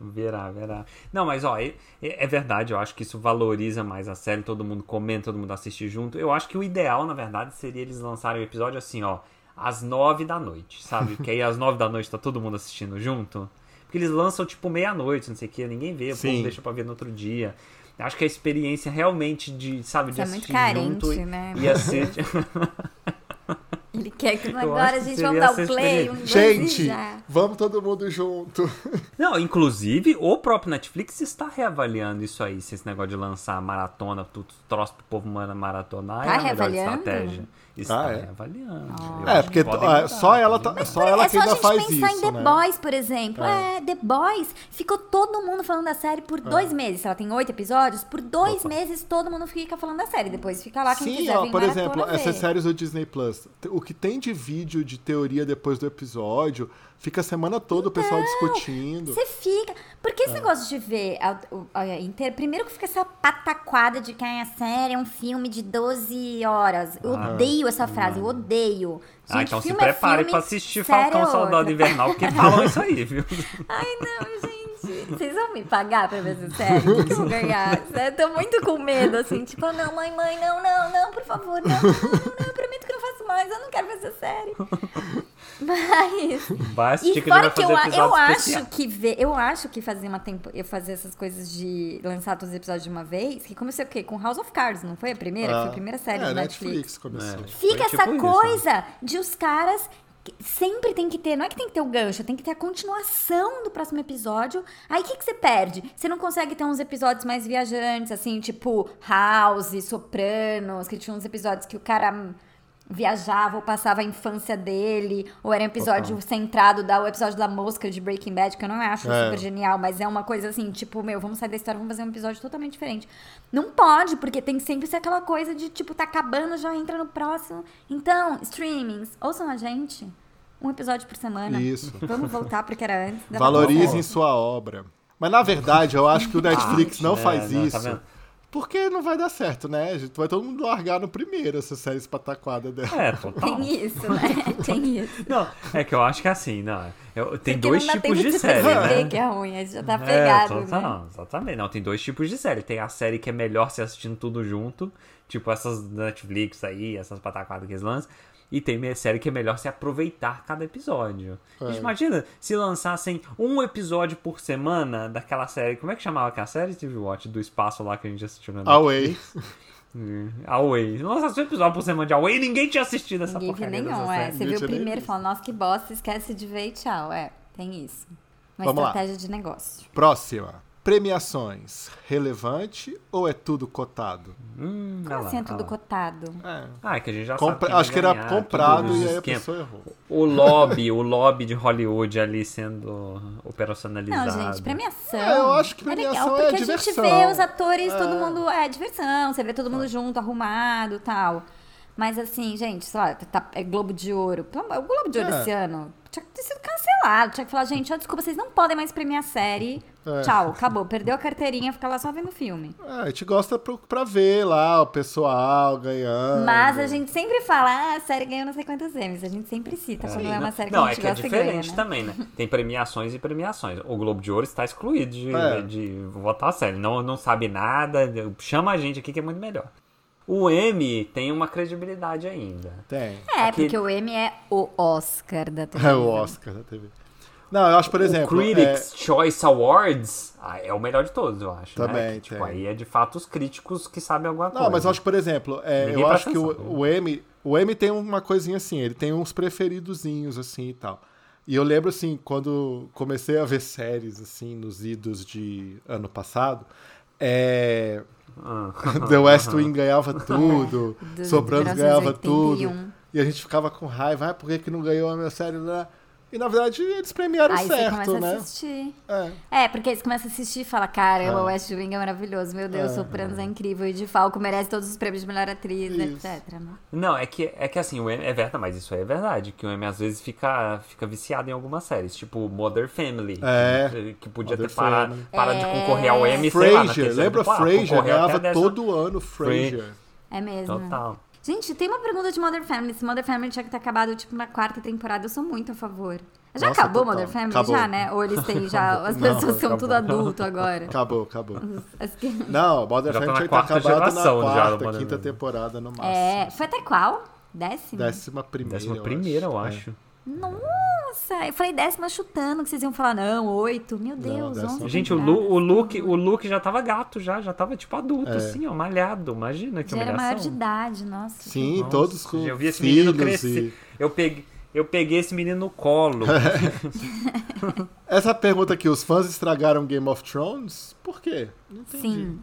Speaker 1: Verá, verá. Não, mas ó, é, é verdade, eu acho que isso valoriza mais a série, todo mundo comenta, todo mundo assiste junto. Eu acho que o ideal, na verdade, seria eles lançarem o episódio assim, ó, às nove da noite, sabe? Porque aí às nove da noite tá todo mundo assistindo junto. Porque eles lançam tipo meia-noite, não sei o que, ninguém vê, o
Speaker 3: Sim.
Speaker 1: povo deixa pra ver no outro dia. Eu Acho que a experiência realmente de, sabe, de
Speaker 2: Isso é muito
Speaker 1: assistir
Speaker 2: carente,
Speaker 1: junto
Speaker 2: né?
Speaker 1: ia ser.
Speaker 2: Ele quer que
Speaker 1: acho
Speaker 2: agora a
Speaker 1: que
Speaker 2: gente
Speaker 1: seria
Speaker 2: vamos
Speaker 1: essa
Speaker 2: dar o play,
Speaker 1: experiência.
Speaker 2: um dois e
Speaker 3: Gente,
Speaker 2: já.
Speaker 3: vamos todo mundo junto.
Speaker 1: Não, inclusive o próprio Netflix está reavaliando isso aí, se esse negócio de lançar maratona, tudo troço pro povo mara- maratonar
Speaker 2: Tá
Speaker 1: é a melhor
Speaker 2: reavaliando?
Speaker 1: estratégia. Está
Speaker 3: Ah, é?
Speaker 1: reavaliando. Eu
Speaker 3: É,
Speaker 1: acho
Speaker 3: porque
Speaker 1: que podem
Speaker 3: ah,
Speaker 1: mudar,
Speaker 3: só ela, tá-
Speaker 1: podem mudar.
Speaker 3: só ela
Speaker 2: é
Speaker 3: que
Speaker 2: só a
Speaker 3: ainda
Speaker 2: gente
Speaker 3: faz
Speaker 2: pensar
Speaker 3: isso,
Speaker 2: em The
Speaker 3: né?
Speaker 2: Boys, por exemplo. É. The Boys ficou todo mundo falando da série
Speaker 1: É.
Speaker 2: por dois meses. Ela tem oito episódios. Por dois meses todo mundo fica falando da série. Depois fica lá quem
Speaker 3: Sim,
Speaker 2: quiser
Speaker 3: ó,
Speaker 2: vem
Speaker 3: por
Speaker 2: maratona
Speaker 3: exemplo,
Speaker 2: ver.
Speaker 3: essas séries do Disney Plus. O que que tem de vídeo de teoria depois do episódio, fica a semana toda o pessoal discutindo.
Speaker 2: Você fica. Porque
Speaker 1: É.
Speaker 2: esse negócio de ver a, o- a, inteira- Primeiro que fica essa pataquada de que ah, a série é um filme de 12 horas. Eu
Speaker 1: Ah,
Speaker 2: odeio essa frase, eu odeio.
Speaker 1: ah, então se
Speaker 2: filme é
Speaker 1: preparem
Speaker 2: filme,
Speaker 1: pra assistir
Speaker 2: série é
Speaker 1: Falcão Saudade
Speaker 2: outra.
Speaker 1: Invernal, porque falam isso aí, viu?
Speaker 2: Ai, não, gente. Vocês vão me pagar pra ver essa série? O que, que eu vou ganhar? Eu tô muito com medo, assim. Tipo, não, mãe, mãe, não, não, não, por favor. Não, não, não, eu prometo que não faço mais. Eu não quero ver essa série. Mas...
Speaker 1: Vai assistir
Speaker 2: E
Speaker 1: que ele vai
Speaker 2: fora que
Speaker 1: fazer
Speaker 2: eu, a-
Speaker 1: episódio
Speaker 2: eu
Speaker 1: especial.
Speaker 2: acho que ver, eu acho que fazer uma tempo, eu fazer essas coisas de lançar todos os episódios de uma vez, que comecei o quê? Com House of Cards, não foi a primeira?
Speaker 1: Ah.
Speaker 2: Que foi a primeira série
Speaker 3: é,
Speaker 2: do Netflix.
Speaker 3: Netflix começou.
Speaker 1: É.
Speaker 2: Fica
Speaker 1: Foi tipo
Speaker 2: essa
Speaker 1: isso, né?
Speaker 2: coisa de os caras que sempre tem que ter, não é que tem que ter o gancho, tem que ter a continuação do próximo episódio. Aí o que, que você perde? Você não consegue ter uns episódios mais viajantes, assim, tipo House, Sopranos, que tinha uns episódios que o cara hum, viajava ou passava a infância dele, ou era um episódio centrado da, o episódio da mosca de Breaking Bad, que eu não acho
Speaker 3: É.
Speaker 2: super genial, mas é uma coisa assim, tipo, meu, vamos sair da história, vamos fazer um episódio totalmente diferente. Não pode, porque tem sempre ser aquela coisa de, tipo, tá acabando, já entra no próximo. Então, streamings, ouçam a gente. Um episódio por semana.
Speaker 3: Isso.
Speaker 2: Vamos voltar porque era antes. da
Speaker 3: Valorizem
Speaker 2: pandemia.
Speaker 3: sua obra. Mas na verdade, eu acho que o Netflix não
Speaker 1: É,
Speaker 3: faz
Speaker 1: não, tá
Speaker 3: isso.
Speaker 1: vendo?
Speaker 3: porque não vai dar certo, né? gente? Vai todo mundo largar no primeiro essa série espataquada dela.
Speaker 1: É, total.
Speaker 2: Tem isso, né? Tem isso.
Speaker 1: Não, é que eu acho que é assim, não. eu- tem
Speaker 2: Porque
Speaker 1: dois
Speaker 2: não dá
Speaker 1: tipos
Speaker 2: tempo
Speaker 1: de
Speaker 2: você
Speaker 1: série, né?
Speaker 2: perceber que é ruim, aí já tá
Speaker 1: É,
Speaker 2: pegado. né?
Speaker 1: total, exatamente. Não, tem dois tipos de série. Tem a série que é melhor se assistindo tudo junto, tipo essas Netflix aí, essas pataquadas que eles lançam. E tem me- série que é melhor se aproveitar cada episódio.
Speaker 2: É.
Speaker 1: Gente, imagina se lançassem um episódio por semana daquela série. Como é que chamava aquela série, Steve Watch? Do espaço lá que a gente assistiu
Speaker 2: É,
Speaker 1: na
Speaker 3: Away.
Speaker 1: Hum, Away. Lançasse um episódio por semana de Away ninguém tinha assistido essa
Speaker 2: Ninguém viu
Speaker 1: porcaria
Speaker 2: nenhum,
Speaker 1: dessa série.
Speaker 2: é. Você
Speaker 3: Eu
Speaker 2: viu o
Speaker 3: tirei
Speaker 2: primeiro e
Speaker 3: isso.
Speaker 2: falou, nossa, que bosta, esquece de ver e tchau. É, tem isso. Uma
Speaker 3: Vamos lá.
Speaker 2: estratégia de negócio.
Speaker 3: Próxima. Premiações. Relevante ou é tudo cotado?
Speaker 1: Hum, olha
Speaker 2: Como
Speaker 1: lá,
Speaker 2: assim é
Speaker 1: olha
Speaker 2: tudo
Speaker 1: lá.
Speaker 2: cotado?
Speaker 3: É.
Speaker 1: Ah, é que a gente já sabe
Speaker 3: Compra-
Speaker 1: quem vai
Speaker 3: acho que era
Speaker 1: ganhar,
Speaker 3: comprado
Speaker 1: todos os
Speaker 3: e aí a
Speaker 1: esquemas.
Speaker 3: pessoa errou.
Speaker 1: O lobby, o lobby de Hollywood ali sendo
Speaker 2: Não,
Speaker 1: operacionalizado.
Speaker 2: gente, premiação.
Speaker 3: É, eu acho que
Speaker 2: é
Speaker 3: premiação
Speaker 2: legal,
Speaker 3: é
Speaker 2: porque a gente vê
Speaker 3: diversão.
Speaker 2: os atores, todo
Speaker 3: É. Tá.
Speaker 2: mundo. É diversão, você vê todo mundo junto, arrumado e tal. Mas assim, gente, sei lá, tá- é Globo de Ouro. Pelo amor- O Globo de Ouro
Speaker 3: É.
Speaker 2: esse ano tinha que ter sido cancelado. Tinha que falar, gente, ó, desculpa, vocês não podem mais premiar a série.
Speaker 3: É.
Speaker 2: Tchau, acabou. Perdeu a carteirinha, fica lá só vendo filme.
Speaker 3: É, a gente gosta pro- pra ver lá o pessoal ganhando.
Speaker 2: Mas a gente sempre fala, ah, a série ganhou não sei quantos M's. A gente sempre cita quando é uma série que
Speaker 1: não,
Speaker 2: a gente
Speaker 1: é que é
Speaker 2: gosta e ganha,
Speaker 1: diferente
Speaker 2: né?
Speaker 1: também, né? Tem premiações e premiações. O Globo de Ouro está excluído de,
Speaker 3: É.
Speaker 1: de votar a série. Não, não sabe nada, chama a gente aqui que é muito melhor. O M tem uma credibilidade ainda.
Speaker 3: Tem.
Speaker 2: É,
Speaker 1: Aquele-
Speaker 2: porque o M é o Oscar da
Speaker 3: É o
Speaker 2: televisão.
Speaker 3: Oscar da TV. Não, eu acho, por exemplo. é-
Speaker 1: o Critics Choice Awards ah, é o melhor de todos, eu acho. né?
Speaker 3: Também,
Speaker 1: Que,
Speaker 3: tem.
Speaker 1: tipo, aí é de fato os críticos que sabem alguma
Speaker 3: é-
Speaker 1: coisa.
Speaker 3: Não, mas eu acho que, por exemplo, é,
Speaker 1: Ninguém
Speaker 3: eu
Speaker 1: presta
Speaker 3: acho que o,
Speaker 1: atenção, né?
Speaker 3: o M. O M tem uma coisinha assim, ele tem uns preferidozinhos, assim e tal. E eu lembro, assim, quando comecei a ver séries, assim, nos idos de ano passado, é,
Speaker 1: Ah.
Speaker 3: The West Wing ganhava tudo,
Speaker 2: Do-
Speaker 3: Sopranos ganhava
Speaker 2: 1981.
Speaker 3: tudo. E a gente ficava com raiva, ah, por que, que não ganhou a minha série? né? E na verdade eles premiaram
Speaker 2: Aí você
Speaker 3: certo,
Speaker 2: começa a
Speaker 3: né?
Speaker 2: assistir.
Speaker 3: É.
Speaker 2: É, porque eles começam a assistir e falam, caramba,
Speaker 3: É.
Speaker 2: o West Wing é maravilhoso, meu Deus,
Speaker 3: Ah.
Speaker 2: Sopranos é incrível, e de Falco merece todos os prêmios de melhor atriz,
Speaker 3: Isso.
Speaker 2: etc. né?
Speaker 1: Não, é que, é que assim, o M é verdade, mas isso aí é verdade, que o M às vezes fica, fica viciado em algumas séries, tipo Mother Family,
Speaker 3: É.
Speaker 1: que, que podia
Speaker 3: Modern
Speaker 1: ter parado
Speaker 3: Family.
Speaker 1: para
Speaker 2: É.
Speaker 1: de concorrer ao M, sei lá, na
Speaker 3: Frasier,
Speaker 1: terceira
Speaker 3: lembra
Speaker 1: temporada,
Speaker 3: Frasier?
Speaker 1: concorreu até a
Speaker 3: Ganhava
Speaker 1: décima-
Speaker 3: todo ano Frasier.
Speaker 2: É mesmo.
Speaker 1: Total.
Speaker 2: Gente, tem uma pergunta de Modern Family. Se Modern Family tinha que ter acabado, tipo, na quarta temporada, eu sou muito a favor. Já
Speaker 3: Nossa,
Speaker 2: acabou
Speaker 3: total.
Speaker 2: Modern Family?
Speaker 3: Acabou.
Speaker 2: Já, né? Ou eles têm já... As
Speaker 3: Não,
Speaker 2: pessoas são
Speaker 1: acabou.
Speaker 2: tudo adulto agora.
Speaker 3: Acabou, acabou.
Speaker 2: As que-
Speaker 3: Não, Modern
Speaker 1: Já tá
Speaker 3: Family
Speaker 1: na
Speaker 3: tinha que ter
Speaker 1: quarta
Speaker 3: acabado
Speaker 1: geração
Speaker 3: na
Speaker 1: já,
Speaker 3: quarta,
Speaker 1: Modern
Speaker 3: quinta
Speaker 1: Family.
Speaker 3: temporada no máximo.
Speaker 2: É, foi até qual? Décima?
Speaker 3: Décima primeira.
Speaker 1: Décima primeira, eu
Speaker 3: É.
Speaker 1: acho.
Speaker 2: Nossa, eu falei décima chutando, que vocês iam falar, não, oito. Meu Deus,
Speaker 3: décima
Speaker 2: onze.
Speaker 1: Gente, o,
Speaker 2: temporadas.
Speaker 1: Lu, o, Luke, o Luke já tava gato, já, já tava tipo adulto,
Speaker 3: É.
Speaker 1: assim, ó, malhado, imagina que
Speaker 2: Já era maior de
Speaker 1: humilhação.
Speaker 2: idade, nossa.
Speaker 3: Sim,
Speaker 1: Nossa,
Speaker 3: todos com
Speaker 1: Eu vi esse menino
Speaker 3: filhos
Speaker 1: crescer,
Speaker 3: e...
Speaker 1: eu, peguei, eu peguei esse menino no colo.
Speaker 3: Essa pergunta aqui, os fãs estragaram Game of Thrones? Por quê? Não entendi.
Speaker 2: Sim.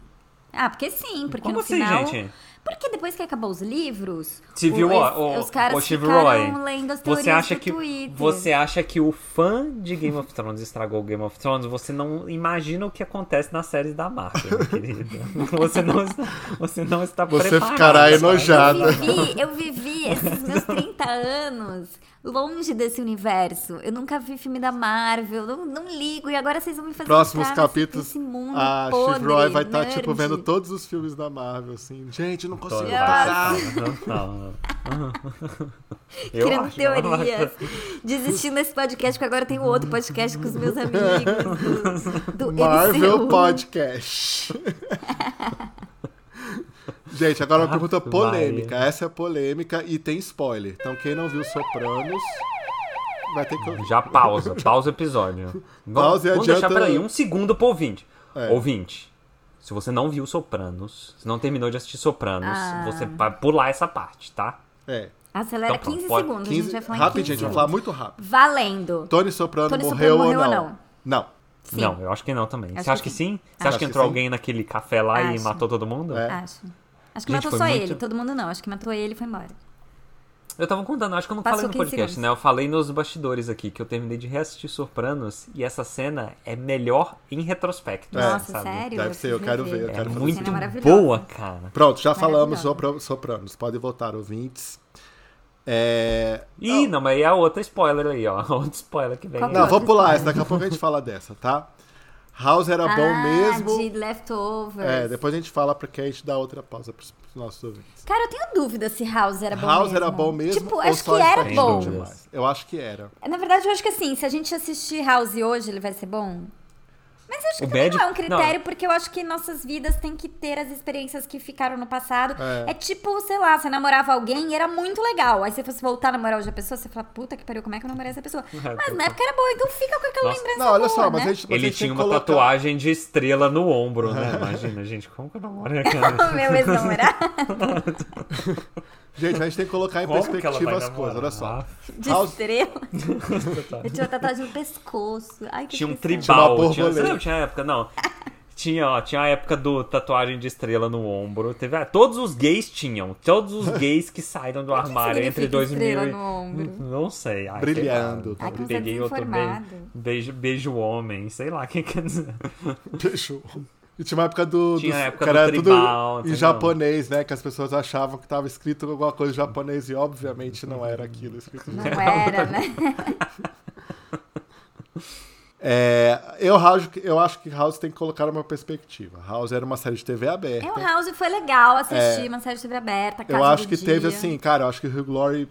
Speaker 2: Ah, porque sim, porque
Speaker 1: Como
Speaker 2: no
Speaker 1: assim,
Speaker 2: final...
Speaker 1: gente?
Speaker 2: Porque depois que acabou os livros,
Speaker 1: Você viu, ó,
Speaker 2: es-
Speaker 1: ó,
Speaker 2: os caras
Speaker 1: ó, Steve
Speaker 2: ficaram
Speaker 1: Roy,
Speaker 2: lendo as teorias
Speaker 1: Você acha
Speaker 2: do
Speaker 1: que
Speaker 2: Twitter.
Speaker 1: você acha que o fã de Game of Thrones estragou Game of Thrones? Você não imagina o que acontece nas séries da Marvel, minha querida. Você não está, você não está
Speaker 3: Você
Speaker 1: preparado,
Speaker 3: ficará
Speaker 1: sabe?
Speaker 3: enojada.
Speaker 2: Eu vivi, eu vivi esses meus 30 anos longe desse universo. Eu nunca vi filme da Marvel, não, não ligo. E agora vocês vão me fazer
Speaker 3: Próximos
Speaker 2: entrar nesse-
Speaker 3: capítulos,
Speaker 2: nesse mundo
Speaker 3: a
Speaker 2: podre,
Speaker 3: Steve Roy vai estar,
Speaker 2: nerd.
Speaker 3: tipo, vendo todos os filmes da Marvel, assim. Gente, não consigo
Speaker 1: Vai,
Speaker 3: parar.
Speaker 1: Não, não, não. Eu
Speaker 2: Criando
Speaker 1: acho, eu acho.
Speaker 2: teorias. Desistindo desse podcast, que agora eu tenho outro podcast com os meus amigos. Do, do
Speaker 3: Marvel
Speaker 2: MCU.
Speaker 3: Podcast. Gente, agora é uma
Speaker 1: Ave
Speaker 3: pergunta
Speaker 1: Maria.
Speaker 3: polêmica. Essa é polêmica e tem spoiler. Então, quem não viu Sopranos vai ter que ouvir.
Speaker 1: Já pausa, pausa o episódio. Vamos,
Speaker 3: Pausa e
Speaker 1: vamos deixar
Speaker 3: adianta-
Speaker 1: peraí, um segundo pro ouvinte.
Speaker 3: É.
Speaker 1: Ouvinte, se você não viu Sopranos, se não terminou de assistir Sopranos,
Speaker 2: Ah.
Speaker 1: você vai pular essa parte, tá?
Speaker 3: É,
Speaker 2: Acelera
Speaker 1: Então, pronto,
Speaker 2: 15
Speaker 1: pode-
Speaker 2: segundos, a
Speaker 3: 15...
Speaker 2: gente vai falar em
Speaker 3: Rápido,
Speaker 2: 15
Speaker 3: gente, vamos
Speaker 2: segundos.
Speaker 3: falar muito rápido.
Speaker 2: Valendo.
Speaker 3: Tony Soprano
Speaker 2: Tony Soprano
Speaker 3: morreu,
Speaker 2: morreu
Speaker 3: ou
Speaker 2: ou
Speaker 3: não?
Speaker 2: não?
Speaker 3: Não.
Speaker 2: Sim,
Speaker 1: Não, eu acho que não também.
Speaker 2: Acho
Speaker 1: Você acha
Speaker 2: que
Speaker 1: que sim? Você
Speaker 3: Acho
Speaker 1: acha que
Speaker 3: que
Speaker 1: entrou
Speaker 3: sim.
Speaker 1: alguém naquele café lá e
Speaker 2: Acho.
Speaker 1: matou todo mundo?
Speaker 3: É.
Speaker 2: acho. Acho que
Speaker 1: Gente,
Speaker 2: matou
Speaker 1: foi
Speaker 2: só
Speaker 1: muito-
Speaker 2: ele, todo mundo não. Acho que matou ele e foi embora.
Speaker 1: Eu tava contando, acho que eu não
Speaker 2: Passou
Speaker 1: falei no
Speaker 2: 15
Speaker 1: podcast,
Speaker 2: segundos.
Speaker 1: né? Eu falei nos bastidores aqui que eu terminei de reassistir Sopranos e essa cena é melhor em retrospecto.
Speaker 2: Nossa,
Speaker 1: sabe?
Speaker 2: sério?
Speaker 3: É, Deve
Speaker 2: Eu
Speaker 3: ser, eu
Speaker 2: preciso
Speaker 3: quero ver, eu
Speaker 1: É
Speaker 3: quero fazer
Speaker 1: muito
Speaker 2: Cena maravilhosa.
Speaker 1: boa, cara.
Speaker 3: Pronto, já falamos
Speaker 2: Maravilhosa.
Speaker 3: Sopra- Sopranos. Podem votar, ouvintes. É...
Speaker 1: Ih, não, mas é a outra spoiler aí, ó. Outro spoiler que vem.
Speaker 2: Qual
Speaker 1: aí.
Speaker 2: que é?
Speaker 3: Não, vou pular essa. Daqui a pouco a gente fala dessa, tá? House era Tá bom
Speaker 2: ah,
Speaker 3: mesmo.
Speaker 2: de leftovers.
Speaker 3: É, depois a gente fala porque a gente dá outra pausa pros pros nossos ouvintes.
Speaker 2: Cara, eu tenho dúvida se House era Tá bom
Speaker 3: House
Speaker 2: mesmo.
Speaker 3: era bom mesmo
Speaker 2: Tipo,
Speaker 3: ou
Speaker 2: acho
Speaker 3: só
Speaker 2: que era
Speaker 3: entretenimento
Speaker 2: bom.
Speaker 1: Entendi.
Speaker 3: demais? Eu acho que era.
Speaker 2: Na verdade, eu acho que assim, se a gente assistir House hoje, ele vai ser bom. Mas eu acho
Speaker 1: O
Speaker 2: que também
Speaker 1: bad-
Speaker 2: não é um critério, porque eu acho que nossas vidas têm que ter as experiências que ficaram no passado. É.
Speaker 3: É.
Speaker 2: tipo, sei lá, você namorava alguém e era muito legal. Aí se você fosse voltar a namorar hoje a pessoa, você fala, puta que pariu, como é que eu namorei essa pessoa? Mas na época era boa, então fica com aquela
Speaker 1: Nossa.
Speaker 2: lembrança
Speaker 3: Não, olha
Speaker 2: boa,
Speaker 3: só, mas
Speaker 2: né?
Speaker 3: a gente mas a
Speaker 1: Ele
Speaker 3: gente tem
Speaker 1: tinha
Speaker 3: que
Speaker 1: uma
Speaker 3: colocar-
Speaker 1: tatuagem de estrela no ombro, né? Imagina, gente, como que eu namoro né, cara?
Speaker 2: O meu ex-namorado.
Speaker 3: Gente, a gente tem que colocar em
Speaker 1: Como que ela
Speaker 3: perspectiva
Speaker 1: vai
Speaker 3: as coisas, olha só.
Speaker 1: namorar?
Speaker 2: De
Speaker 3: House-
Speaker 2: estrela. Eu tinha uma tatuagem no pescoço. Ai, que
Speaker 1: Tinha um
Speaker 2: tristeza.
Speaker 1: tribal.
Speaker 3: borboleta.
Speaker 1: tinha- você lembra? Tinha a época, não. Tinha, ó, tinha a época do tatuagem de estrela no ombro. Teve, ah, todos os gays tinham. Todos os gays que saíram do armário entre
Speaker 2: significa
Speaker 1: 2000
Speaker 2: estrela
Speaker 1: e... Hum,
Speaker 2: no ombro?
Speaker 1: Não sei. Ai,
Speaker 3: Brilhando.
Speaker 1: sei lá.
Speaker 2: Ai, como você é
Speaker 1: Peguei outro beijo,
Speaker 2: desinformado.
Speaker 1: beijo, beijo homem. Sei lá o que quer dizer.
Speaker 3: Fechou. E tinha uma época do.
Speaker 1: Tinha a época
Speaker 3: que era
Speaker 1: do
Speaker 3: tudo
Speaker 1: tribal,
Speaker 3: em
Speaker 1: entendeu?
Speaker 3: japonês, né? Que as pessoas achavam que tava escrito alguma coisa em japonês e obviamente não era aquilo escrito.
Speaker 2: Não era, né?
Speaker 3: É, eu, House- eu acho que House tem que colocar uma perspectiva. House era uma série de TV aberta.
Speaker 2: É um House foi legal assistir, uma série de TV aberta, Casa
Speaker 3: É. Eu acho
Speaker 2: do
Speaker 3: que
Speaker 2: Dia.
Speaker 3: teve assim, cara, eu acho que o Hugh Glory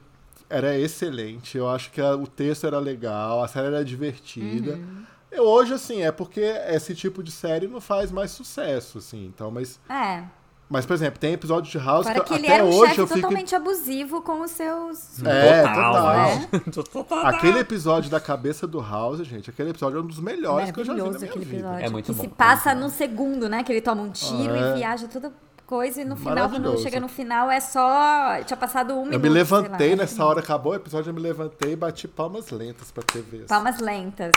Speaker 3: era excelente, eu acho que a- o texto era legal, a série era divertida.
Speaker 2: Uhum.
Speaker 3: Eu, hoje, assim, é porque esse tipo de série não faz mais sucesso, assim, então, mas...
Speaker 2: É.
Speaker 3: Mas, por exemplo, tem episódio de House
Speaker 2: Fora
Speaker 3: que
Speaker 2: que ele
Speaker 3: até
Speaker 2: era um
Speaker 3: hoje
Speaker 2: chefe
Speaker 3: eu fico...
Speaker 2: totalmente abusivo com os seus.
Speaker 3: É,
Speaker 1: total.
Speaker 3: total.
Speaker 1: né? Total.
Speaker 3: Aquele episódio da cabeça do House, gente, aquele episódio é um dos melhores que eu já vi na
Speaker 2: Maravilhoso
Speaker 3: minha
Speaker 2: aquele
Speaker 3: vida.
Speaker 2: episódio.
Speaker 1: É muito
Speaker 2: que
Speaker 1: bom,
Speaker 2: se
Speaker 1: é
Speaker 2: passa
Speaker 1: muito bom.
Speaker 2: num segundo, né? Que ele toma um tiro
Speaker 3: Ah, é.
Speaker 2: e viaja toda coisa. E no final, quando
Speaker 3: Maravilhoso.
Speaker 2: chega no final, é só. Tinha passado um minuto.
Speaker 3: Eu me
Speaker 2: sei lá.
Speaker 3: levantei nessa hora, acabou o episódio, eu me levantei e bati palmas lentas pra TV. assim.
Speaker 2: Palmas lentas.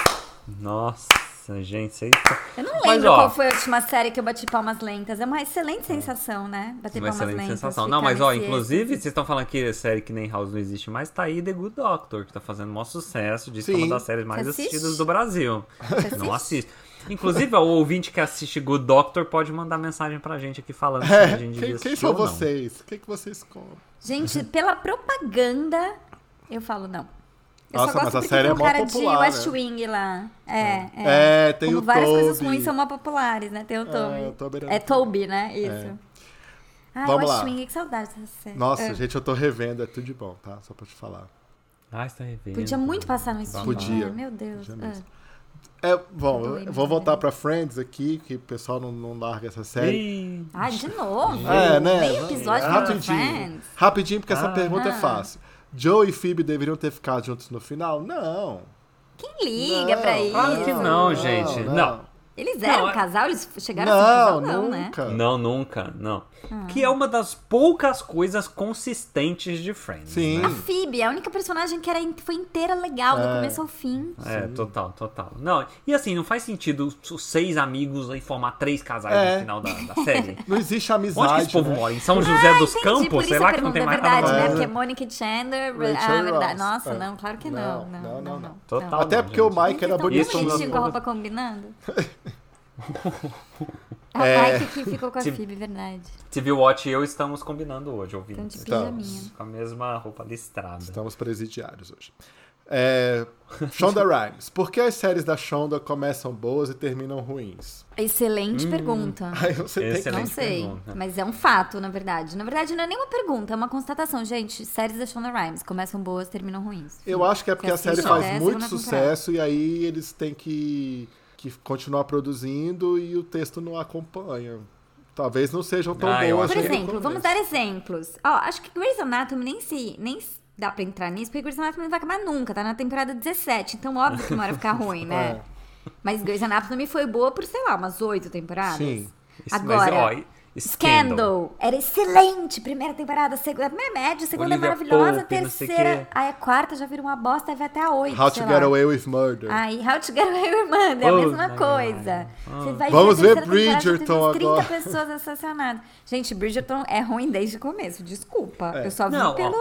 Speaker 1: Nossa, gente. Vocês...
Speaker 2: Eu não
Speaker 1: Mas,
Speaker 2: lembro
Speaker 1: ó,
Speaker 2: qual foi a última série que eu bati palmas lentas. É uma excelente sensação, né? Bater
Speaker 1: Uma
Speaker 2: palmas
Speaker 1: excelente
Speaker 2: lentas.
Speaker 1: sensação.
Speaker 2: ficar
Speaker 1: Não, mas ó,
Speaker 2: nesse-
Speaker 1: inclusive, vocês estão falando que a série que nem House não existe mais, tá aí The Good Doctor, que tá fazendo o maior sucesso, diz que é
Speaker 3: Sim.
Speaker 1: uma das séries mais
Speaker 2: Você assiste?
Speaker 1: assistidas do Brasil.
Speaker 2: Você
Speaker 1: Não
Speaker 2: assiste?
Speaker 1: assiste. Inclusive, ó, o ouvinte que assiste Good Doctor pode mandar mensagem pra gente aqui falando se
Speaker 3: É,
Speaker 1: a gente
Speaker 3: quem,
Speaker 1: assistiu
Speaker 3: quem são
Speaker 1: ou não.
Speaker 3: vocês? O que, que vocês compram?
Speaker 2: Gente, pela propaganda, eu falo não. Eu
Speaker 3: Nossa,
Speaker 2: só gosto
Speaker 3: mas a
Speaker 2: porque
Speaker 3: série
Speaker 2: tem
Speaker 3: é
Speaker 2: um
Speaker 3: mó
Speaker 2: cara de
Speaker 3: popular,
Speaker 2: West
Speaker 3: né?
Speaker 2: Wing lá. É, é.
Speaker 3: É, tem
Speaker 2: Como
Speaker 3: o
Speaker 2: várias coisas
Speaker 3: Toby.
Speaker 2: ruins são mó populares, né? Tem o Toby.
Speaker 3: o Toby era
Speaker 2: é
Speaker 3: muito
Speaker 2: Toby, né? Isso. Ai,
Speaker 3: Vamos
Speaker 2: West
Speaker 3: lá.
Speaker 2: Wing, que saudade dessa série.
Speaker 3: Nossa,
Speaker 2: É.
Speaker 3: gente, eu tô revendo, é tudo de bom, tá? Só pra te falar.
Speaker 1: Ah, você tá revendo.
Speaker 2: Podia muito passar no stream.
Speaker 3: Podia.
Speaker 2: né? Meu Deus.
Speaker 3: Podia
Speaker 2: Ah.
Speaker 3: mesmo. É, bom,
Speaker 2: Doei,
Speaker 3: eu
Speaker 2: mas
Speaker 3: vou
Speaker 2: tudo
Speaker 3: voltar
Speaker 2: bem.
Speaker 3: pra Friends aqui, que o pessoal não, não larga essa série.
Speaker 1: Ih,
Speaker 2: Ai, de novo?
Speaker 3: É, né?
Speaker 2: Tem episódio
Speaker 3: É,
Speaker 2: do
Speaker 3: rapidinho.
Speaker 2: Friends?
Speaker 3: Rapidinho, porque essa
Speaker 1: Ah.
Speaker 3: pergunta é fácil. Joe e Phoebe deveriam ter ficado juntos no final? Não.
Speaker 2: Quem liga
Speaker 3: Não,
Speaker 2: pra isso?
Speaker 1: Claro que não, gente.
Speaker 3: não.
Speaker 1: Não.
Speaker 2: Eles eram um
Speaker 1: Não, é-
Speaker 2: casal? Eles chegaram a
Speaker 3: Não,
Speaker 2: ser casal, não, né?
Speaker 3: nunca.
Speaker 1: Não, nunca, não.
Speaker 2: Ah.
Speaker 1: Que é uma das poucas coisas consistentes de Friends.
Speaker 3: Sim.
Speaker 1: né?
Speaker 2: A Phoebe, a única personagem que era, in- foi inteira legal, do começo ao fim.
Speaker 1: É, total, total. Não, e assim, não faz sentido os- os seis amigos aí formar três casais
Speaker 3: É.
Speaker 1: no final da, da série.
Speaker 3: Não existe
Speaker 1: Onde que
Speaker 3: amizade.
Speaker 1: esse povo
Speaker 3: né?
Speaker 1: mora? Em São José dos
Speaker 2: Ah, Entendi, por
Speaker 1: Campos?
Speaker 2: isso
Speaker 1: Sei lá
Speaker 2: a
Speaker 1: que não
Speaker 2: pergunta
Speaker 1: tem
Speaker 2: é
Speaker 1: mais
Speaker 2: verdade,
Speaker 1: nada.
Speaker 2: né?
Speaker 1: pra fazer.
Speaker 2: Porque é Monica e Chandler.
Speaker 3: Rachel
Speaker 2: ah, verdade.
Speaker 3: Ross,
Speaker 2: Nossa,
Speaker 3: é.
Speaker 2: não, claro que não.
Speaker 3: Não,
Speaker 2: Não,
Speaker 3: não,
Speaker 2: não,
Speaker 3: não, não.
Speaker 1: Total.
Speaker 3: Até
Speaker 1: Não,
Speaker 3: porque
Speaker 1: tá, gente.
Speaker 3: o Mike
Speaker 2: Eles
Speaker 3: era
Speaker 2: tão
Speaker 3: bonito. né?
Speaker 1: Isso
Speaker 2: tão bonitinho
Speaker 1: não-
Speaker 2: com a roupa combinando. É
Speaker 3: É.
Speaker 2: o Mike que ficou com a
Speaker 1: Sim.
Speaker 2: Phoebe, verdade.
Speaker 1: TV Watch e eu estamos combinando hoje, ouvintes.
Speaker 2: é de
Speaker 3: Então.
Speaker 2: pijaminha.
Speaker 1: Com a mesma roupa listrada.
Speaker 3: Estamos Então, presidiários hoje. É, Shonda Rhimes. Por que as séries da Shonda começam boas e terminam ruins?
Speaker 2: Excelente pergunta.
Speaker 3: Aí você tem que
Speaker 1: Hum. Excelente.
Speaker 2: Não sei,
Speaker 1: pergunta.
Speaker 2: mas é um fato, na verdade. Na verdade, não é nenhuma pergunta, é uma constatação. Gente, séries da Shonda Rhimes começam boas, terminam ruins.
Speaker 3: Eu acho que é porque a
Speaker 2: Você
Speaker 3: série
Speaker 2: assiste até
Speaker 3: faz
Speaker 2: a
Speaker 3: muito
Speaker 2: segunda
Speaker 3: sucesso e aí eles têm que, que continuar produzindo e o texto não acompanha. Talvez não sejam tão
Speaker 1: Ah, eu
Speaker 3: boas. assim
Speaker 1: acho que-
Speaker 2: Por
Speaker 3: quanto
Speaker 2: exemplo,
Speaker 3: no
Speaker 2: vamos
Speaker 3: começo.
Speaker 2: dar exemplos. Ó, acho que Grey's Anatomy nem se nem se dá pra entrar nisso, porque Grey's Anatomy não vai acabar nunca, tá na temporada 17, então óbvio que uma hora ficar
Speaker 1: É.
Speaker 2: ruim, né? Mas Grey's Anatomy foi boa por, sei lá, umas oito temporadas.
Speaker 3: Sim.
Speaker 1: Isso,
Speaker 2: Agora,
Speaker 1: mas, ó, e-
Speaker 2: Scandal. era excelente. Primeira temporada, segunda a primeira é média, a segunda
Speaker 1: Olivia
Speaker 2: é maravilhosa, a
Speaker 1: Pope, não sei o
Speaker 2: terceira.
Speaker 1: quê.
Speaker 2: Aí a quarta já vira uma bosta, aí vai até a oito.
Speaker 3: How to
Speaker 2: sei
Speaker 3: Get
Speaker 2: lá. Ah,
Speaker 3: Away with Murder.
Speaker 2: Aí, How to Get Away with Murder, é a
Speaker 1: Oh,
Speaker 2: mesma
Speaker 1: my
Speaker 2: coisa.
Speaker 1: Ah.
Speaker 2: Você vai
Speaker 3: Vamos
Speaker 2: a
Speaker 3: ver
Speaker 2: terceira temporada, já teve
Speaker 3: Bridgerton
Speaker 2: umas 30
Speaker 3: agora.
Speaker 2: pessoas assassinadas. Gente, Bridgerton é ruim desde o começo, desculpa.
Speaker 3: É.
Speaker 2: Eu só vi
Speaker 1: Não, ó.
Speaker 2: pelo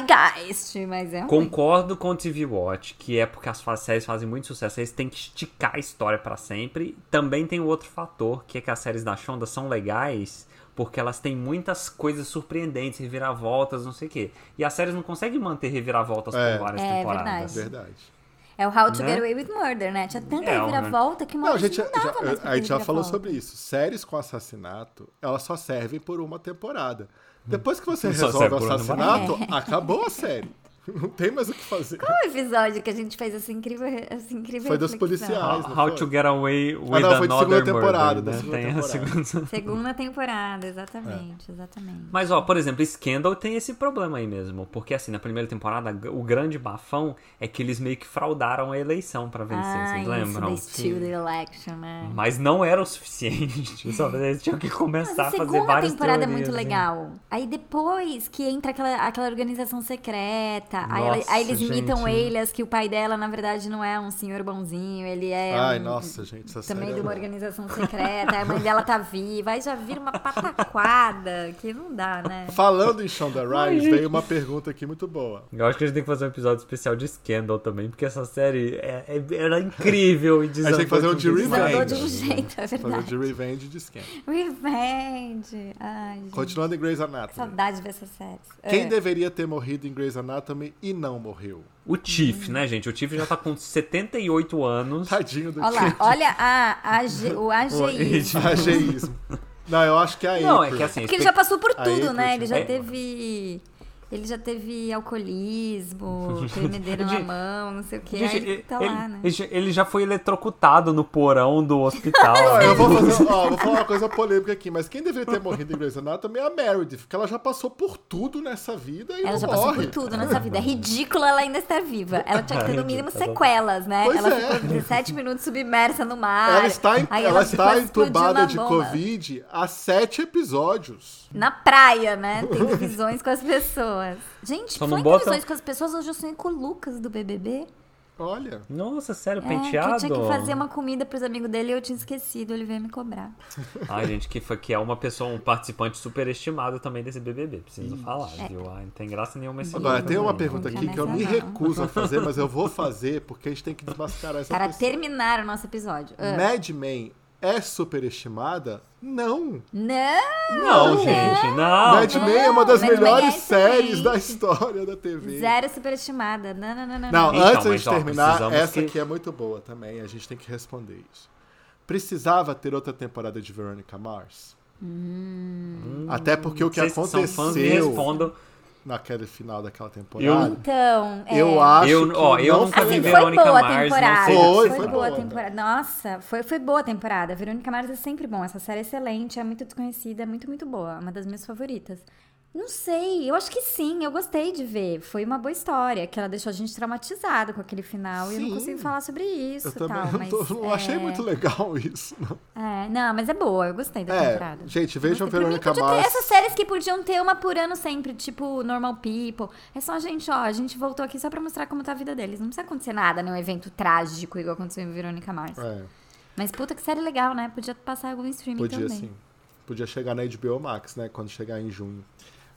Speaker 2: Zeitgeist, mas é ruim.
Speaker 1: Concordo com o TV Watch, que é porque as fa- séries fazem muito sucesso, eles têm que esticar a história pra sempre. Também tem o outro fator, que é que as séries da Shonda são legais, porque elas têm muitas coisas surpreendentes, reviravoltas, não sei o quê. E as séries não conseguem manter reviravoltas
Speaker 3: É.
Speaker 1: por várias
Speaker 2: É,
Speaker 1: temporadas.
Speaker 2: verdade.
Speaker 3: Verdade.
Speaker 2: É o How to
Speaker 1: Né?
Speaker 2: Get Away with Murder, né? Tinha tanta
Speaker 1: É,
Speaker 2: reviravolta que uma
Speaker 3: Não, a
Speaker 2: hora
Speaker 3: gente, já,
Speaker 2: não dava
Speaker 3: já-
Speaker 2: mais pra
Speaker 3: a
Speaker 2: ter
Speaker 3: gente já falou
Speaker 2: reviravolta.
Speaker 3: sobre isso. Séries com assassinato, elas só servem por uma temporada. Depois que você
Speaker 1: Hum. Só
Speaker 3: resolve
Speaker 1: serve
Speaker 3: o
Speaker 1: por uma
Speaker 3: assassinato, acabou a série. Não tem mais o que fazer.
Speaker 2: Qual episódio que a gente fez essa incrível, re- essa incrível
Speaker 3: Foi dos
Speaker 2: reflexão?
Speaker 3: policiais.
Speaker 1: How,
Speaker 3: Mas não
Speaker 1: How
Speaker 3: foi?
Speaker 1: to Get Away with
Speaker 3: Ah, não, foi de
Speaker 1: Another
Speaker 3: segunda
Speaker 1: Murder,
Speaker 3: temporada,
Speaker 1: né?
Speaker 3: da segunda
Speaker 1: Tem a
Speaker 3: temporada.
Speaker 1: segunda-
Speaker 2: Segunda temporada,
Speaker 1: É.
Speaker 2: exatamente, exatamente.
Speaker 1: Mas, ó, por exemplo, Scandal tem esse problema aí mesmo. Porque, assim, na primeira temporada, o grande bafão é que eles meio que fraudaram a eleição pra vencer,
Speaker 2: ah,
Speaker 1: vocês
Speaker 2: isso,
Speaker 1: lembram? Hum.
Speaker 2: they steal the election, né?
Speaker 1: Mas não era o suficiente. Sabe? Eles tinham que
Speaker 2: Mas
Speaker 1: começar
Speaker 2: a
Speaker 1: a fazer
Speaker 2: segunda
Speaker 1: várias
Speaker 2: temporada é muito
Speaker 1: Tá teorias, né?
Speaker 2: legal. Aí depois que entra aquela, aquela organização secreta, aí, ela-
Speaker 1: Nossa,
Speaker 2: aí eles
Speaker 1: gente.
Speaker 2: imitam Elias, que o pai dela, na verdade, não é um senhor bonzinho, ele é
Speaker 3: Ai,
Speaker 2: um-
Speaker 3: nossa, gente, essa série.
Speaker 2: também de
Speaker 3: é
Speaker 2: uma
Speaker 3: boa.
Speaker 2: organização secreta, aí a mãe dela tá viva, aí já vira uma pataquada, que não dá, né?
Speaker 3: Falando em Shonda Rhimes, veio uma pergunta aqui muito boa.
Speaker 1: Eu acho que a gente tem que fazer um episódio especial de Scandal também, porque essa série é- é- era incrível e desandou
Speaker 3: tem que fazer um de
Speaker 1: um
Speaker 2: Desandou de um
Speaker 3: Revenge.
Speaker 2: jeito, é
Speaker 3: Fazer
Speaker 2: verdade.
Speaker 3: de Revenge de Scam.
Speaker 2: Revenge! Ai, gente,
Speaker 3: Continuando em Grey's Anatomy.
Speaker 2: saudade dessa série.
Speaker 3: Quem
Speaker 2: É.
Speaker 3: deveria ter morrido em Grey's Anatomy e não morreu?
Speaker 1: O Tiff, né, gente? O Tiff já tá com 78 anos.
Speaker 3: Tadinho do
Speaker 2: Olha lá, olha a, AG o AGI.
Speaker 3: Ageísmo. Não, eu acho que é a
Speaker 1: Não, é
Speaker 3: April.
Speaker 1: que assim...
Speaker 2: Porque ele já passou por
Speaker 3: Aí,
Speaker 2: tudo, né? Ele já
Speaker 1: é.
Speaker 2: teve. Ele já teve alcoolismo, tremedeira na
Speaker 1: Gente,
Speaker 2: mão, não sei o quê.
Speaker 1: Gente,
Speaker 2: Aí ele tá lá, né?
Speaker 1: ele já- ele já foi eletrocutado no porão do hospital.
Speaker 3: Não, eu vou,
Speaker 1: né?
Speaker 3: fazer, ó, vou falar uma coisa polêmica aqui, mas quem deveria ter morrido em Grey's Anatomy é a Meredith, porque ela já passou por tudo nessa vida e
Speaker 2: Ela
Speaker 3: não
Speaker 2: já passou
Speaker 3: morre.
Speaker 2: por tudo nessa vida. É ridículo ela ainda estar viva. Ela tinha que ter no mínimo
Speaker 1: Ridículo.
Speaker 2: sequelas, né?
Speaker 3: Pois
Speaker 2: ela
Speaker 3: é.
Speaker 2: ficou 17 minutos submersa no mar.
Speaker 3: Ela está, em-
Speaker 2: Aí
Speaker 3: ela está
Speaker 2: quase explodiu na
Speaker 3: entubada de
Speaker 2: bomba.
Speaker 3: Covid há sete episódios.
Speaker 2: Na praia, né? Tendo visões com as pessoas. Gente,
Speaker 1: Só
Speaker 2: foi
Speaker 1: não
Speaker 2: em
Speaker 1: bota-
Speaker 2: visões com as pessoas. Hoje eu sonhei com o Lucas do BBB.
Speaker 3: Olha.
Speaker 1: Nossa, sério,
Speaker 2: É,
Speaker 1: penteado?
Speaker 2: Que eu tinha que fazer uma comida pros amigos dele e eu tinha esquecido, ele veio me cobrar.
Speaker 1: Ai, gente, que, foi, que é uma pessoa, um participante superestimado também desse BBB, preciso falar, viu? Ai, não tem graça nenhuma esse
Speaker 3: Agora, tem uma
Speaker 1: menino.
Speaker 3: pergunta aqui que eu me
Speaker 2: É. Não.
Speaker 3: recuso a fazer, mas eu vou fazer porque a gente tem que desmascarar essa
Speaker 2: Para
Speaker 3: pessoa.
Speaker 2: terminar o nosso episódio. Ah,
Speaker 3: Mad Men é superestimada? Não.
Speaker 2: Não! né?
Speaker 1: Não, gente, não.
Speaker 3: Mad Men é uma das
Speaker 2: Ah. Mad Men
Speaker 3: melhores
Speaker 2: é
Speaker 3: séries
Speaker 2: excelente.
Speaker 3: da história da TV.
Speaker 2: Zero superestimada. Não, não, não, não.
Speaker 3: Não,
Speaker 1: Então,
Speaker 3: antes
Speaker 1: mas,
Speaker 3: de
Speaker 1: ó,
Speaker 3: terminar,
Speaker 1: precisamos
Speaker 3: essa
Speaker 1: que-
Speaker 3: aqui é muito boa também, a gente tem que responder isso. Precisava ter outra temporada de Veronica Mars?
Speaker 2: Hum.
Speaker 3: Até porque o que
Speaker 1: Vocês que são fãs me
Speaker 3: aconteceu
Speaker 1: respondam.
Speaker 3: naquele final daquela temporada,
Speaker 2: Então, é.
Speaker 3: eu, acho
Speaker 1: Eu-
Speaker 3: que
Speaker 1: ó, eu
Speaker 3: não
Speaker 1: nunca vi
Speaker 2: Assim,
Speaker 3: foi.
Speaker 2: foi
Speaker 1: Verônica
Speaker 2: boa a
Speaker 1: Mars, não
Speaker 2: temporada.
Speaker 1: sei
Speaker 3: se
Speaker 2: Foi,
Speaker 3: foi
Speaker 2: boa a
Speaker 3: boa.
Speaker 2: temporada. Nossa, foi, foi boa a temporada. Verônica Mars é sempre bom. Essa série é excelente, é muito desconhecida, é muito, muito boa. É Uma das minhas favoritas. Não sei, eu acho que sim, eu gostei de ver. Foi uma boa história, que ela deixou a gente traumatizado com aquele final e eu
Speaker 3: Sim.
Speaker 2: não consigo falar sobre isso
Speaker 3: Eu
Speaker 2: e tal.
Speaker 3: também não,
Speaker 2: mas,
Speaker 3: tô- não achei
Speaker 2: é,
Speaker 3: muito legal isso. não.
Speaker 2: É, não, mas é boa, eu gostei da temporada.
Speaker 3: É, gente, vejam
Speaker 2: Gostei. Pra mim,
Speaker 3: Verônica
Speaker 2: podia ter
Speaker 3: Mars.
Speaker 2: essas séries que podiam ter uma por ano sempre, tipo Normal People. É só, gente, ó, a gente voltou aqui só pra mostrar como tá a vida deles. Não precisa acontecer nada num evento trágico igual aconteceu em Verônica Mars.
Speaker 3: É,
Speaker 2: Mas puta que série legal, né? Podia passar em algum streaming
Speaker 3: podia
Speaker 2: também.
Speaker 3: sim. Podia chegar na HBO Max, né? Quando chegar em junho.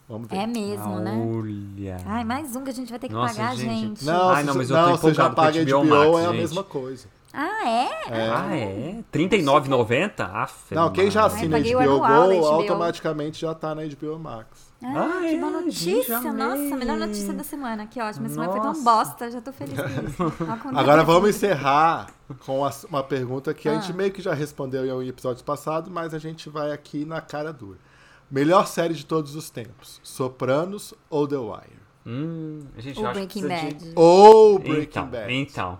Speaker 3: Vamos ver.
Speaker 2: É mesmo, né?
Speaker 1: Olha.
Speaker 2: Ai, mais um que a gente vai ter que
Speaker 1: Nossa,
Speaker 2: pagar,
Speaker 1: gente.
Speaker 2: gente.
Speaker 3: Não,
Speaker 1: Ai,
Speaker 3: se
Speaker 1: não,
Speaker 3: você-
Speaker 1: mas eu tô
Speaker 3: não, você já
Speaker 1: empolgado com
Speaker 3: paga
Speaker 1: HBO
Speaker 3: HBO,
Speaker 1: Max,
Speaker 3: é a
Speaker 1: gente.
Speaker 3: mesma coisa.
Speaker 2: Ah, é?
Speaker 3: É.
Speaker 1: Ah, é? R$39,90? Aff,
Speaker 3: Não, quem já
Speaker 1: mano.
Speaker 3: assina
Speaker 2: Ai, paguei o
Speaker 3: HBO
Speaker 2: anual da
Speaker 3: Go
Speaker 2: HBO.
Speaker 3: automaticamente já tá na HBO Max.
Speaker 2: Ah,
Speaker 1: Ah,
Speaker 2: que
Speaker 1: é,
Speaker 2: boa
Speaker 1: gente,
Speaker 2: notícia.
Speaker 1: amei.
Speaker 2: Nossa, melhor notícia da semana. Que ótimo. Esse semana foi tão
Speaker 1: Nossa.
Speaker 2: bosta. Já tô feliz com isso. Ó, como tá
Speaker 3: Agora vamos
Speaker 2: crescendo.
Speaker 3: encerrar com as- uma pergunta que a
Speaker 2: Ah.
Speaker 3: gente meio que já respondeu em um episódio passado, mas a gente vai aqui na cara dura. Melhor série de todos os tempos: Sopranos ou The Wire?
Speaker 1: Hum, gente, eu
Speaker 2: O
Speaker 1: acho que
Speaker 2: Breaking
Speaker 1: precisa de-
Speaker 2: Bad.
Speaker 3: Ou Breaking
Speaker 1: então,
Speaker 3: Bad?
Speaker 1: Então.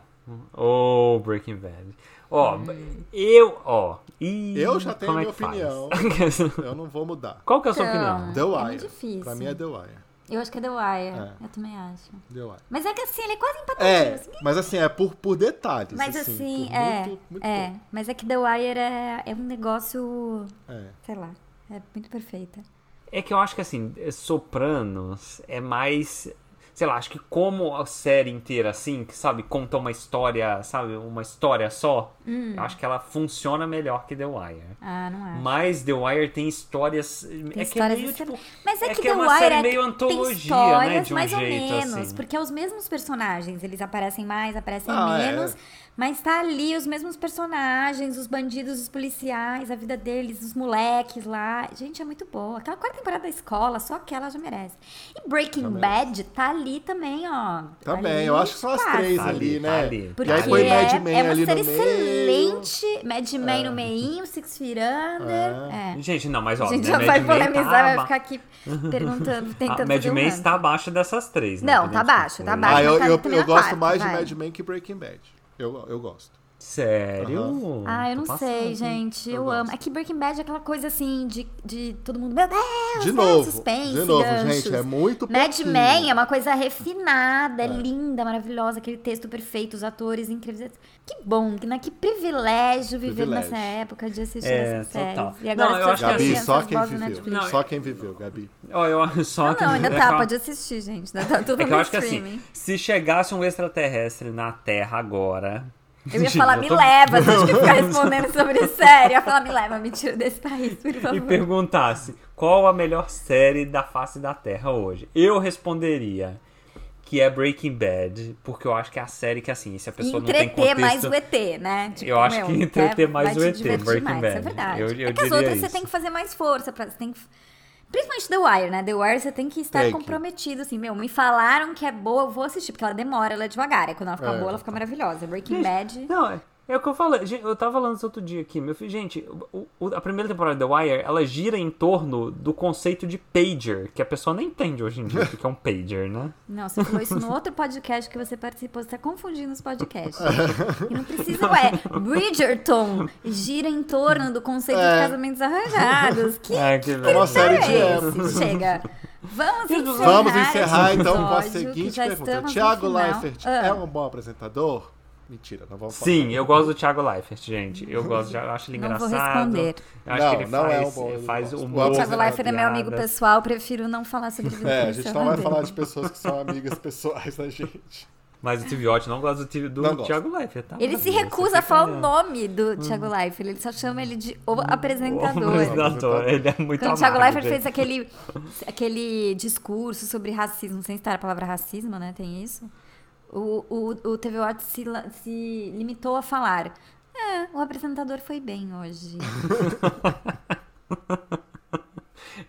Speaker 1: Ô, Breaking Bad. Ó,
Speaker 2: Hum.
Speaker 1: eu, ó. ih,
Speaker 3: Eu já tenho
Speaker 1: como é
Speaker 3: minha
Speaker 1: que faz?
Speaker 3: opinião. Eu não vou mudar.
Speaker 1: Qual que é a sua
Speaker 2: Então.
Speaker 1: opinião?
Speaker 3: The
Speaker 2: É
Speaker 3: Wire.
Speaker 2: muito difícil.
Speaker 3: Pra mim é The Wire.
Speaker 2: Eu acho que é The Wire.
Speaker 3: É.
Speaker 2: Eu também acho.
Speaker 3: The Wire.
Speaker 2: Mas é que assim, ele é quase empatativo.
Speaker 3: É,
Speaker 2: assim.
Speaker 3: mas assim, é por, por detalhes.
Speaker 2: Mas
Speaker 3: assim,
Speaker 2: assim,
Speaker 3: por
Speaker 2: é.
Speaker 3: muito, muito
Speaker 2: é. Mas é que The Wire é, é um negócio.
Speaker 3: pouco. É.
Speaker 2: Sei lá. É muito perfeita.
Speaker 1: É que eu acho que assim, Sopranos é mais. Sei lá, acho que como a série inteira, assim, que sabe, conta uma história, sabe, uma história só,
Speaker 2: Hum.
Speaker 1: eu acho que ela funciona melhor que The Wire.
Speaker 2: Ah, não acho.
Speaker 1: Mas The Wire tem histórias. é
Speaker 2: histórias
Speaker 1: que é meio,
Speaker 2: excelentes.
Speaker 1: tipo,
Speaker 2: Mas é,
Speaker 1: é
Speaker 2: que,
Speaker 1: que
Speaker 2: The
Speaker 1: é uma
Speaker 2: Wire
Speaker 1: série
Speaker 2: é-
Speaker 1: meio
Speaker 2: tem
Speaker 1: antologia,
Speaker 2: histórias,
Speaker 1: né, de um
Speaker 2: mais
Speaker 1: jeito,
Speaker 2: ou menos,
Speaker 1: assim.
Speaker 2: porque é os mesmos personagens, eles aparecem mais, aparecem
Speaker 3: Ah, é.
Speaker 2: menos, mas tá ali os mesmos personagens, os bandidos, os policiais, a vida deles, os moleques lá. Gente, é muito boa. Aquela quarta temporada da escola, só aquela já merece. E Breaking
Speaker 3: Já merece.
Speaker 2: Bad tá ali também, ó.
Speaker 3: Também,
Speaker 2: Ali
Speaker 3: Tá eu acho que são as
Speaker 2: fácil.
Speaker 3: três
Speaker 1: Tá
Speaker 3: ali,
Speaker 1: ali,
Speaker 3: né?
Speaker 1: tá ali.
Speaker 2: Porque
Speaker 3: E aí põe Mad Men
Speaker 2: é uma
Speaker 3: ali
Speaker 2: série
Speaker 3: no meio.
Speaker 2: excelente, Mad Men no meinho, Six Feet Under. É.
Speaker 1: Gente, não, mas ó,
Speaker 2: A gente
Speaker 1: né,
Speaker 2: já
Speaker 1: Mad
Speaker 2: vai
Speaker 1: Men
Speaker 2: polemizar,
Speaker 1: tá
Speaker 2: vai
Speaker 1: aba-
Speaker 2: ficar aqui perguntando, tentando
Speaker 1: Ah, Mad
Speaker 2: fazer um
Speaker 1: Men
Speaker 2: ranking.
Speaker 1: está abaixo dessas três, né?
Speaker 2: Não,
Speaker 1: que
Speaker 2: tá
Speaker 1: a gente
Speaker 2: abaixo, tá
Speaker 1: foi.
Speaker 2: abaixo.
Speaker 3: Ah, eu,
Speaker 2: tá
Speaker 3: eu,
Speaker 2: também
Speaker 3: eu
Speaker 2: na
Speaker 3: gosto
Speaker 2: quarta,
Speaker 3: mais de
Speaker 2: vai.
Speaker 3: Mad Men que Breaking Bad. Eu, eu gosto.
Speaker 1: Sério?
Speaker 2: Ah, eu não
Speaker 1: Tô
Speaker 2: sei,
Speaker 1: passada.
Speaker 2: gente. Eu,
Speaker 3: Eu
Speaker 2: amo.
Speaker 3: gosto.
Speaker 2: É que Breaking Bad é aquela coisa assim de, de todo mundo. Meu Deus!
Speaker 3: De
Speaker 2: né?
Speaker 3: novo,
Speaker 2: Suspense,
Speaker 3: de novo,
Speaker 2: ganchos.
Speaker 3: gente, é muito
Speaker 2: Mad
Speaker 3: pouquinho.
Speaker 2: Men é uma coisa refinada, é. linda, maravilhosa, aquele texto perfeito, os atores incríveis. Que bom, né? que privilégio viver
Speaker 3: Privilégio.
Speaker 2: nessa época de assistir
Speaker 1: É,
Speaker 2: essas
Speaker 1: total.
Speaker 2: séries. E agora
Speaker 1: Não,
Speaker 2: as né?
Speaker 1: eu acho que
Speaker 2: pessoas
Speaker 1: é
Speaker 3: Gabi,
Speaker 2: têm
Speaker 3: só
Speaker 2: essas
Speaker 3: quem
Speaker 2: vozes na
Speaker 3: viveu.
Speaker 2: Netflix.
Speaker 3: Só quem viveu, Gabi.
Speaker 1: Ó, eu só que-
Speaker 2: Não, ainda
Speaker 1: é
Speaker 2: tá,
Speaker 1: que eu-
Speaker 2: pode assistir, gente. Ainda tá tudo
Speaker 1: É que
Speaker 2: no
Speaker 1: eu acho que
Speaker 2: streaming.
Speaker 1: assim, se chegasse um extraterrestre na Terra agora.
Speaker 2: Eu ia
Speaker 1: Gente,
Speaker 2: falar,
Speaker 1: eu
Speaker 2: me
Speaker 1: tô-
Speaker 2: leva, se eu tiver que ficar respondendo sobre série. Eu ia falar, me leva, me tira desse país, por
Speaker 1: E
Speaker 2: favor.
Speaker 1: perguntasse qual a melhor série da face da Terra hoje. Eu responderia que é Breaking Bad, porque eu acho que é a série que, assim, se a
Speaker 2: E
Speaker 1: pessoa não tem
Speaker 2: entreter
Speaker 1: contexto...
Speaker 2: mais o ET, né? Tipo,
Speaker 1: Eu acho que
Speaker 2: né,
Speaker 1: entreter mais
Speaker 2: vai
Speaker 1: o
Speaker 2: te
Speaker 1: ET,
Speaker 2: divertir
Speaker 1: Breaking
Speaker 2: mais,
Speaker 1: Bad.
Speaker 2: Isso é verdade.
Speaker 1: Eu- eu
Speaker 2: é que as
Speaker 1: diria
Speaker 2: outras você
Speaker 1: isso.
Speaker 2: tem que fazer mais força. Pra, você tem que... Principalmente The Wire, né? The Wire você tem que estar
Speaker 3: Tem que.
Speaker 2: comprometido, assim, meu, me falaram que é boa, eu vou assistir, porque ela demora, ela é devagar. Aí quando ela fica
Speaker 3: É.
Speaker 2: boa, ela fica maravilhosa. Breaking
Speaker 1: Gente,
Speaker 2: Bad.
Speaker 1: Não, é, é o que eu falei. Gente, Eu tava falando isso outro dia aqui. Meu filho, gente, o- o- a primeira temporada de The Wire, ela gira em torno do conceito de pager, que a pessoa nem entende hoje em dia o que que é um pager, né?
Speaker 2: Não, você falou isso no outro podcast que você participou. Você tá confundindo os podcasts. E não precisa, ué. Bridgerton gira em torno do conceito de
Speaker 3: É.
Speaker 2: casamentos arranjados. Que
Speaker 1: Ah, que
Speaker 3: É uma série
Speaker 2: critério
Speaker 3: de
Speaker 2: é
Speaker 3: época.
Speaker 2: esse? Chega. Vamos encerrar,
Speaker 3: Vamos
Speaker 2: esse
Speaker 3: encerrar então com a
Speaker 2: episódio, que
Speaker 3: seguinte
Speaker 2: já
Speaker 3: pergunta.
Speaker 2: estamos no
Speaker 3: Tiago
Speaker 2: final.
Speaker 3: Leifert
Speaker 2: Ah,
Speaker 3: é um bom apresentador? Mentira, não vamos falar.
Speaker 1: Sim, eu gosto do Thiago Leifert, gente. Eu gosto, de- eu acho ele
Speaker 2: Não vou
Speaker 1: engraçado.
Speaker 2: responder.
Speaker 1: Eu acho
Speaker 3: Não,
Speaker 1: que ele
Speaker 3: não é
Speaker 1: faz,
Speaker 3: um bom-
Speaker 1: ele faz
Speaker 3: eu gosto.
Speaker 1: humor,
Speaker 3: O
Speaker 2: Thiago
Speaker 1: faz
Speaker 2: Leifert é meu amigo
Speaker 1: piadas.
Speaker 2: pessoal, prefiro não falar sobre vida
Speaker 3: É, a gente não
Speaker 2: pessoal
Speaker 3: vai
Speaker 2: dele.
Speaker 3: falar de pessoas que são amigas pessoais da gente.
Speaker 1: Mas o Tiviotti não gosta do, Tivi- do
Speaker 3: Não gosto.
Speaker 1: Thiago Leifert, tá?
Speaker 2: Ele se
Speaker 1: Maravilha,
Speaker 2: recusa a
Speaker 1: você Hum.
Speaker 2: falar
Speaker 1: tá
Speaker 2: o nome do Thiago Leifert, ele só chama ele de
Speaker 1: Hum.
Speaker 2: o
Speaker 1: entendendo.
Speaker 2: apresentador.
Speaker 1: O apresentador,
Speaker 3: tá-
Speaker 1: Ele é muito
Speaker 2: Quando o Thiago
Speaker 1: amargo,
Speaker 2: Leifert
Speaker 1: gente.
Speaker 2: fez aquele, aquele discurso sobre racismo, sem estar a palavra racismo, né? Tem isso. O, o, o TV Watch se, la- se limitou a falar. É, o apresentador foi bem hoje.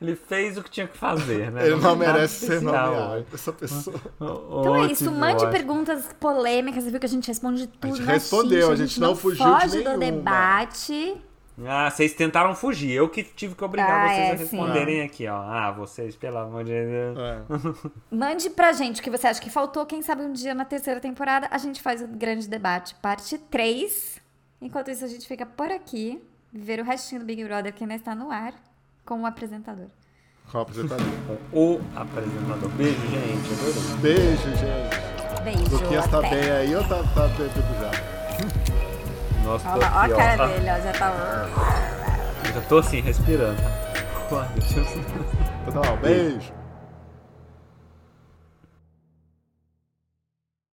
Speaker 1: Ele fez o que tinha que fazer, né?
Speaker 3: Ele não
Speaker 1: tem nada
Speaker 3: merece ser
Speaker 1: especial.
Speaker 3: nomeado, essa pessoa.
Speaker 1: Ô,
Speaker 2: Então
Speaker 1: ô,
Speaker 2: é isso, mande
Speaker 1: Tiviotti.
Speaker 2: perguntas polêmicas, você viu que a gente responde tudo.
Speaker 3: gente
Speaker 2: na
Speaker 3: respondeu,
Speaker 2: xincha,
Speaker 3: a gente não fugiu de
Speaker 2: foge do
Speaker 3: nenhuma.
Speaker 2: debate.
Speaker 1: Ah, vocês tentaram fugir. Eu que tive que obrigar
Speaker 2: Ah,
Speaker 1: vocês
Speaker 2: é,
Speaker 1: a responderem aqui, ó. Ah, vocês, pelo amor de Deus.
Speaker 3: É.
Speaker 2: Mande pra gente o que você acha que faltou. Quem sabe um dia na terceira temporada a gente faz o grande debate, parte 3. Enquanto isso, a gente fica por aqui, ver o restinho do Big Brother que ainda está no ar, com o apresentador.
Speaker 3: com o apresentador.
Speaker 1: O apresentador. Beijo, gente. Adorei.
Speaker 3: Beijo, gente.
Speaker 2: Beijo.
Speaker 3: Luquinhas tá
Speaker 2: até.
Speaker 3: bem aí ou tá, tá bebujado?
Speaker 1: Nossa,
Speaker 2: Olha
Speaker 1: tô
Speaker 2: lá,
Speaker 1: aqui,
Speaker 2: ó a cara
Speaker 1: ó. Ah,
Speaker 2: dele, ó, já tá.
Speaker 1: Eu já tô assim, respirando. Ai, meu Deus.
Speaker 3: Então tá bom, beijo.